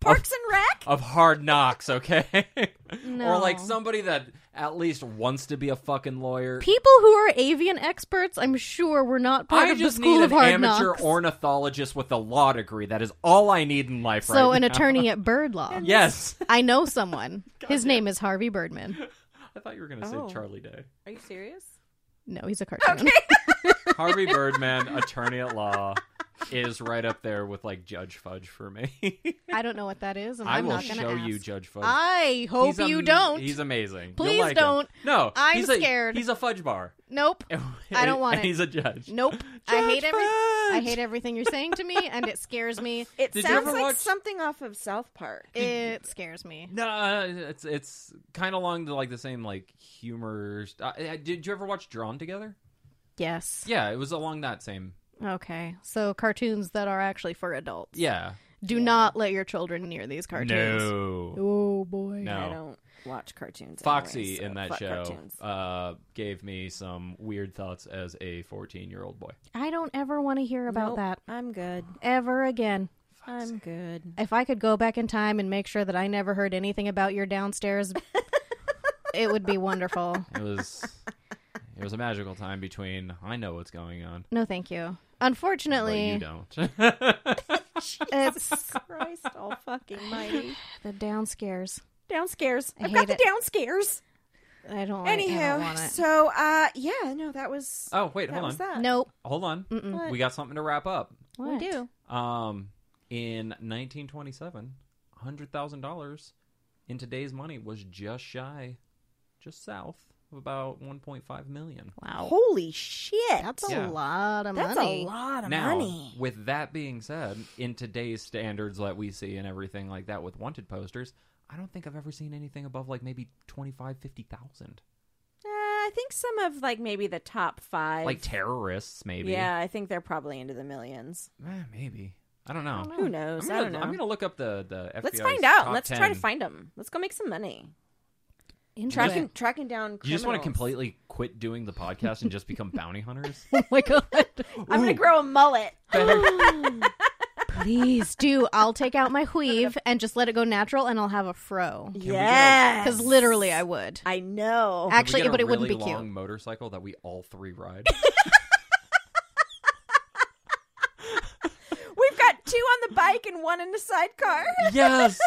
S3: parks and rec
S1: hard knocks. Okay, or
S2: No.
S1: like somebody that at least wants to be a fucking lawyer.
S2: People who are avian experts, I'm sure, were not part
S1: I
S2: of the
S1: just
S2: school
S1: need
S2: of
S1: an
S2: hard
S1: amateur
S2: knocks.
S1: ornithologist with a law degree. That is all I need in life.
S2: so
S1: right
S2: an
S1: now.
S2: attorney at bird law.
S1: Yes,
S2: I know someone. His name is Harvey Birdman.
S5: I thought you were going to say
S3: Oh.
S5: Charlie Day.
S3: are you serious
S2: No, he's a cartoon.
S5: Harvey Birdman, attorney at law, is right up there with like Judge Fudge for me.
S2: I don't know what that is, and
S1: I
S2: I'm
S1: will
S2: not gonna
S1: show
S2: ask.
S1: you Judge Fudge.
S2: I hope
S1: He's am-
S2: you don't.
S1: He's amazing. You'll
S2: Please
S1: like him.
S2: don't.
S1: No,
S2: I'm
S1: he's a-
S2: scared.
S1: he's a fudge bar.
S2: nope. I don't want
S5: And
S2: it.
S5: He's a judge.
S2: Nope. I hate every- I
S5: Fudge!
S2: hate everything you're saying to me, and it scares me.
S3: it
S1: Did you
S3: sounds
S1: ever
S3: like
S1: watch-
S3: something off of south park
S2: It scares me.
S1: No, uh, it's it's kind of along the like the same like humor. st- I, I, did you ever watch Drawn Together?
S2: Yes.
S1: Yeah, it was along that same.
S2: Okay. So cartoons that are actually for adults.
S1: Yeah.
S2: Do not let your children near these cartoons.
S1: No.
S2: Oh boy.
S1: No.
S3: I don't watch cartoons.
S1: Foxy
S3: anyway, so
S1: in that
S3: fuck
S1: show
S3: cartoons.
S1: uh, gave me some weird thoughts as a 14 year old boy.
S2: I don't ever want to hear
S3: Nope,
S2: about that
S3: I'm good.
S2: ever again.
S3: I'm good.
S2: If I could go back in time and make sure that I never heard anything about your downstairs, it would be wonderful.
S1: It was it was a magical time between I know what's going on,
S2: No, thank you.
S1: but you
S2: Unfortunately,
S1: don't.
S2: it's
S3: Christ, all fucking mighty.
S2: the downstairs.
S3: Downstairs.
S2: I
S3: I've got
S2: hate Oh,
S3: the downstairs.
S2: I don't. like- I don't
S3: Anyhow,
S2: want it.
S3: so uh, yeah, no, that was
S1: oh wait,
S3: that
S1: hold on,
S3: was that.
S2: nope.
S1: hold on. We got something to wrap up.
S2: What?
S3: we do.
S1: Um, in 1927, hundred thousand dollars in today's money was just shy, just south of about 1.5 million.
S2: Wow,
S3: Holy shit!
S2: that's a
S1: Yeah.
S2: lot of
S3: That's
S2: money.
S3: a lot of
S1: Now,
S3: money.
S1: with that being said, in today's standards that we see and everything like that with wanted posters, I don't think I've ever seen anything above like maybe 25, 50,000.
S3: Uh, I think some of like maybe the top five.
S1: Like terrorists, maybe.
S3: yeah, I think they're probably into the millions.
S1: Eh, maybe. I don't know.
S3: Who knows?
S1: I'm gonna,
S3: I don't know.
S1: am gonna look up the the.
S3: Let's
S1: FBI's
S3: find out.
S1: top
S3: Let's try
S1: 10.
S3: to find them. Let's go make some money.
S2: Interesting.
S3: Tracking tracking down.
S1: You just want to
S3: criminals.
S1: completely quit doing the podcast and just become bounty hunters?
S2: Oh my god.
S3: I'm gonna grow a mullet.
S2: Please do. I'll take out my weave and just let it go natural, and I'll have a fro.
S3: Yeah,
S2: Because literally, I would.
S3: I know.
S1: Could we
S2: Actually,
S1: get
S2: but
S1: a
S2: it wouldn't
S1: really
S2: be
S1: long
S2: cute.
S1: motorcycle that we all
S3: Oh
S1: three ride.
S3: We've got two on the bike and one in the sidecar.
S1: Yes.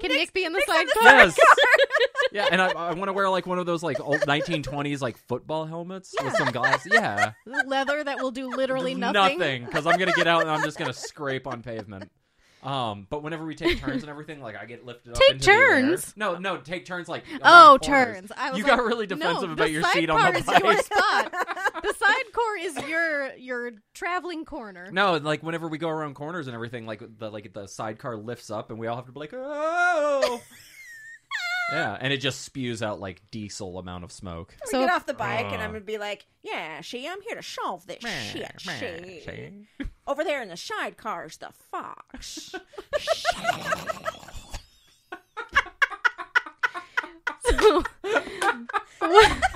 S2: Can Nick be in the sidecar?
S1: yes. yeah, and I, I want to wear like one of those like old 1920s like football helmets with some glass. Yeah.
S2: Leather that will do literally
S1: nothing because I'm gonna get out and I'm just gonna scrape on pavement. Um, but whenever we take turns and everything, like I get lifted up.
S2: Take
S1: into the air.
S2: turns?
S1: No, no, take turns. Like
S2: Oh,
S1: around corners.
S2: turns. I was
S1: you
S2: like,
S1: got really defensive
S2: no,
S1: about
S2: the
S1: your
S2: side
S1: seat
S2: car
S1: on the
S2: is your
S1: bike.
S2: spot. The side core is your your traveling corner.
S1: No, and, like whenever we go around corners and everything, like the like the sidecar lifts up and we all have to be like, oh. yeah, and it just spews out like diesel amount of smoke.
S3: We
S2: So-
S3: get off the bike and I'm
S1: Ugh.
S3: gonna be like, "Yeah, she, I'm here to solve this shit. she.
S1: Shame.
S3: Over there in the sidecar's the fox.
S2: So, what-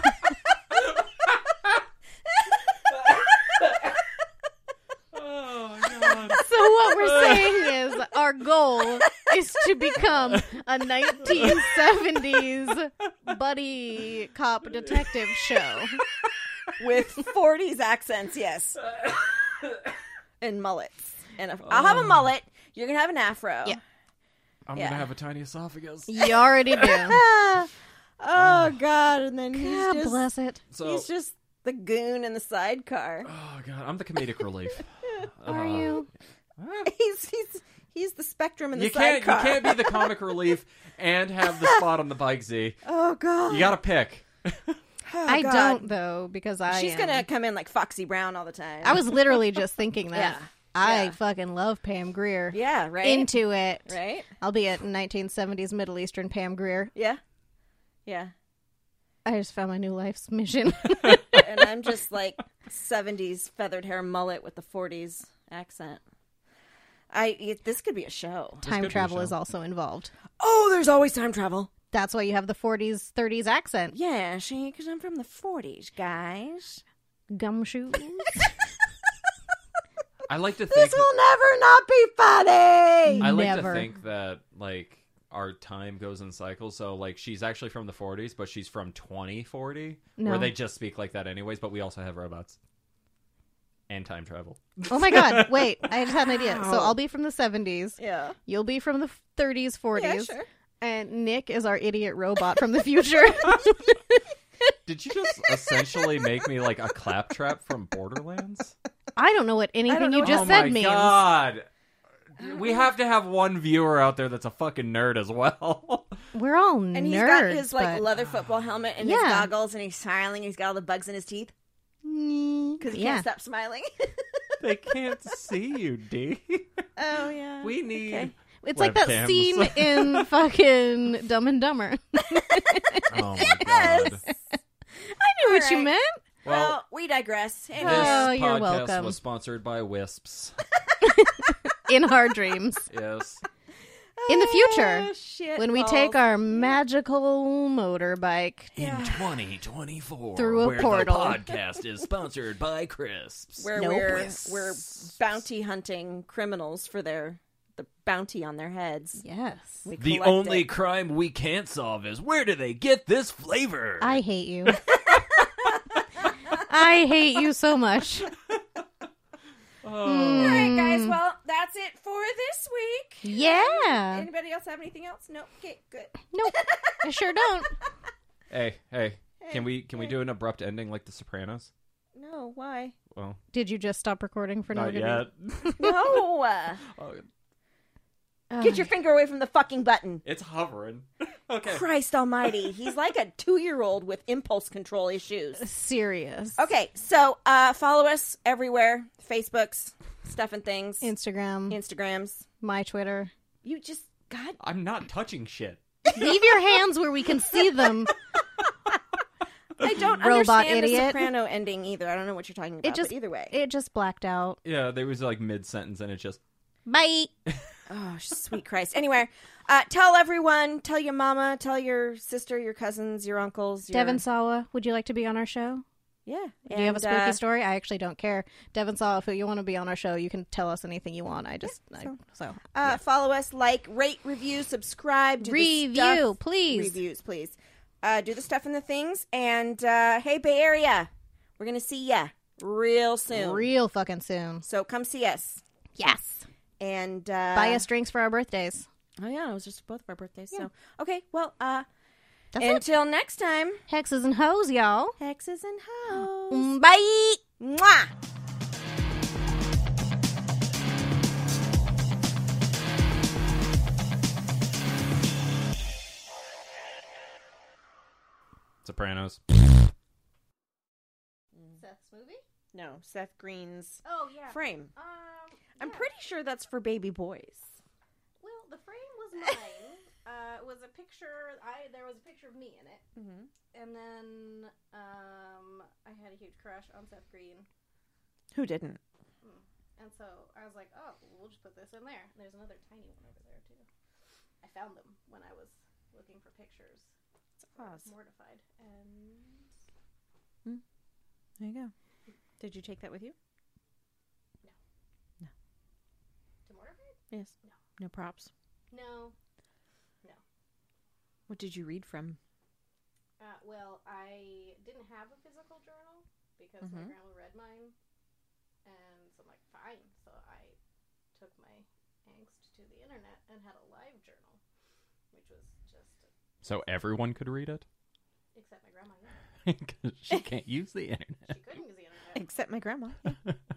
S1: Oh god.
S2: so what we're saying is our goal is to become a 1970s buddy cop detective show.
S3: with 40s accents, yes, and mullets. And a, I'll
S2: Oh.
S3: have a mullet. You're gonna have an afro.
S2: Yeah.
S1: I'm
S3: Yeah.
S1: gonna have a tiny esophagus.
S2: You already do.
S3: Ah, oh God! And then he's
S2: God
S3: just
S2: bless it.
S1: So
S3: he's just the goon in the sidecar.
S1: Oh god, I'm the comedic relief.
S2: Are
S1: Uh,
S2: you?
S3: He's he's he's the spectrum in the
S1: You can't
S3: sidecar.
S1: you can't be the comic relief and have the spot on the bike Z.
S3: Oh God!
S1: You gotta pick.
S3: Oh,
S2: I
S3: God.
S2: don't though because I
S3: She's
S2: am.
S3: gonna come in like Foxy Brown all the time.
S2: I was literally just thinking
S3: Yeah.
S2: that. I
S3: Yeah.
S2: fucking love Pam Greer.
S3: yeah, right,
S2: Into it.
S3: right,
S2: I'll be at 1970s Middle Eastern Pam Greer.
S3: yeah, yeah.
S2: I just found my new life's mission.
S3: and I'm just like 70s feathered hair mullet with the 40s accent. I it, this could be a show.
S2: time
S1: be a
S2: travel
S1: show.
S2: is also involved.
S3: Oh, there's always time travel.
S2: That's why you have the 40s, 30s accent.
S3: Yeah, she because I'm from the 40s, guys.
S2: Gumshoes.
S1: I like to think that,
S3: never not be funny.
S1: I like
S2: Never.
S1: to think that like our time goes in cycles. So like she's actually from the 40s, but she's from 2040,
S2: No.
S1: where they just speak like that anyways. But we also have robots and time travel.
S2: oh my god, wait. I just had an idea. So I'll be from the 70s.
S3: Yeah.
S2: You'll be from the 30s, 40s.
S3: Yeah, sure.
S2: And Nick is our idiot robot from the future.
S1: Did you just essentially make me like a claptrap from Borderlands?
S2: I don't know what anything you
S3: know.
S2: just
S1: oh
S2: said
S1: my
S2: means.
S1: god. We have to have one viewer out there that's a fucking nerd as well.
S2: We're all
S3: And
S2: nerds.
S3: he's got his like
S2: but-
S3: leather football helmet and
S2: Yeah.
S3: his goggles, and he's smiling. He's got all the bugs in his teeth because he
S2: yeah.
S3: can't stop smiling.
S1: they can't see you, D.
S3: oh yeah.
S1: We need.
S2: It's like that
S1: Webcams.
S2: scene in fucking Dumb and Dumber. I
S1: Oh my god.
S2: knew what you
S3: right.
S2: meant.
S3: well,
S1: Well,
S3: we digress.
S1: this
S3: Anyway.
S2: Oh,
S1: podcast
S2: you're welcome.
S1: was sponsored by Wisps.
S2: In our dreams.
S1: Yes.
S2: In the future,
S3: Oh, shit
S2: when we
S3: balls.
S2: take our magical motorbike.
S1: In 2024,
S2: Through a
S1: where
S2: portal.
S1: the podcast is sponsored by Crisps.
S3: where
S2: Nope.
S3: we're we're bounty hunting criminals for their the bounty on their heads.
S2: Yes.
S3: We
S1: the
S3: collect
S1: only
S3: it.
S1: crime we can't solve is where do they get this flavor?
S2: I hate you. I hate you so much.
S3: All right, guys. Well, that's it for this week.
S2: Yeah.
S3: Anybody else have anything else? Nope. Okay, good.
S2: Nope. I sure don't.
S1: Hey, hey, can we can we do an abrupt ending like The Sopranos?
S3: No, why?
S1: Well,
S2: Did you just stop recording for no
S1: not
S2: good
S1: yet.
S2: reason?
S3: No. uh,
S1: Oh,
S3: Get your finger away from the fucking button.
S1: it's hovering. okay.
S3: Christ Almighty, he's like a two-year-old with impulse control issues.
S2: Serious.
S3: Okay, so uh, follow us everywhere: Facebooks, stuff and things,
S2: Instagram,
S3: Instagrams.
S2: my Twitter.
S3: You just God.
S1: I'm not touching shit.
S2: Leave your hands where we can see them.
S3: I don't
S2: Robot
S3: understand the
S2: idiot.
S3: soprano ending either. I don't know what you're talking about.
S2: It just
S3: but either way.
S2: It just blacked out.
S1: Yeah, there was like mid sentence and it just
S2: Bye.
S3: Oh, sweet Christ. Anyway, uh, tell everyone, tell your mama, tell your sister, your cousins, your uncles. Your...
S2: Devin Sawa, would you like to be on our show?
S3: Yeah.
S2: Do you have a
S3: and,
S2: spooky
S3: uh,
S2: story? I actually don't care. Devin Sawa, if you want to be on our show, you can tell us anything you want. I just I, so
S3: Uh, Follow us, like, rate, review, subscribe. Do the
S2: review,
S3: stuff-
S2: please.
S3: Reviews, please. Uh, do the stuff and the things. And uh, hey, Bay Area, we're going to see ya real soon.
S2: Real fucking soon.
S3: so come see us.
S2: um, Yes.
S3: and uh,
S2: Buy us drinks for our birthdays.
S3: Oh yeah, it was just both of our birthdays. So okay, well, uh,
S2: That's it.
S3: until next time,
S2: Hexes and hoes, y'all.
S3: hexes and hoes.
S2: Bye.
S3: Mm. Mwah.
S4: Sopranos.
S2: Seth's movie?
S3: No, Seth Green's
S2: Oh, yeah.
S3: frame.
S2: Um,
S3: I'm pretty sure that's for baby boys.
S2: Well, the frame was mine. uh, it was a picture. I There was a picture of me in it.
S3: Mm-hmm.
S2: And then um, I had a huge crush on Seth Green.
S3: Who didn't?
S2: And so I was like, oh, well, we'll just put this in there. And there's another tiny one over there, too. I found them when I was looking for pictures. I was mortified. And
S3: There you go. Did you take that with you?
S2: to mortified?
S3: Yes.
S2: No.
S3: No props.
S2: No.
S3: What did you read from?
S2: Uh, well, I didn't have a physical journal because my
S3: Mhm.
S2: grandma read mine. And so I'm like, fine. So I took my angst to the internet and had a live journal, which was just,
S1: So everyone could read it?
S2: except my grandma. no.
S1: 'Cause she can't use the internet.
S2: She couldn't use the internet.
S3: Except my grandma.
S2: oh,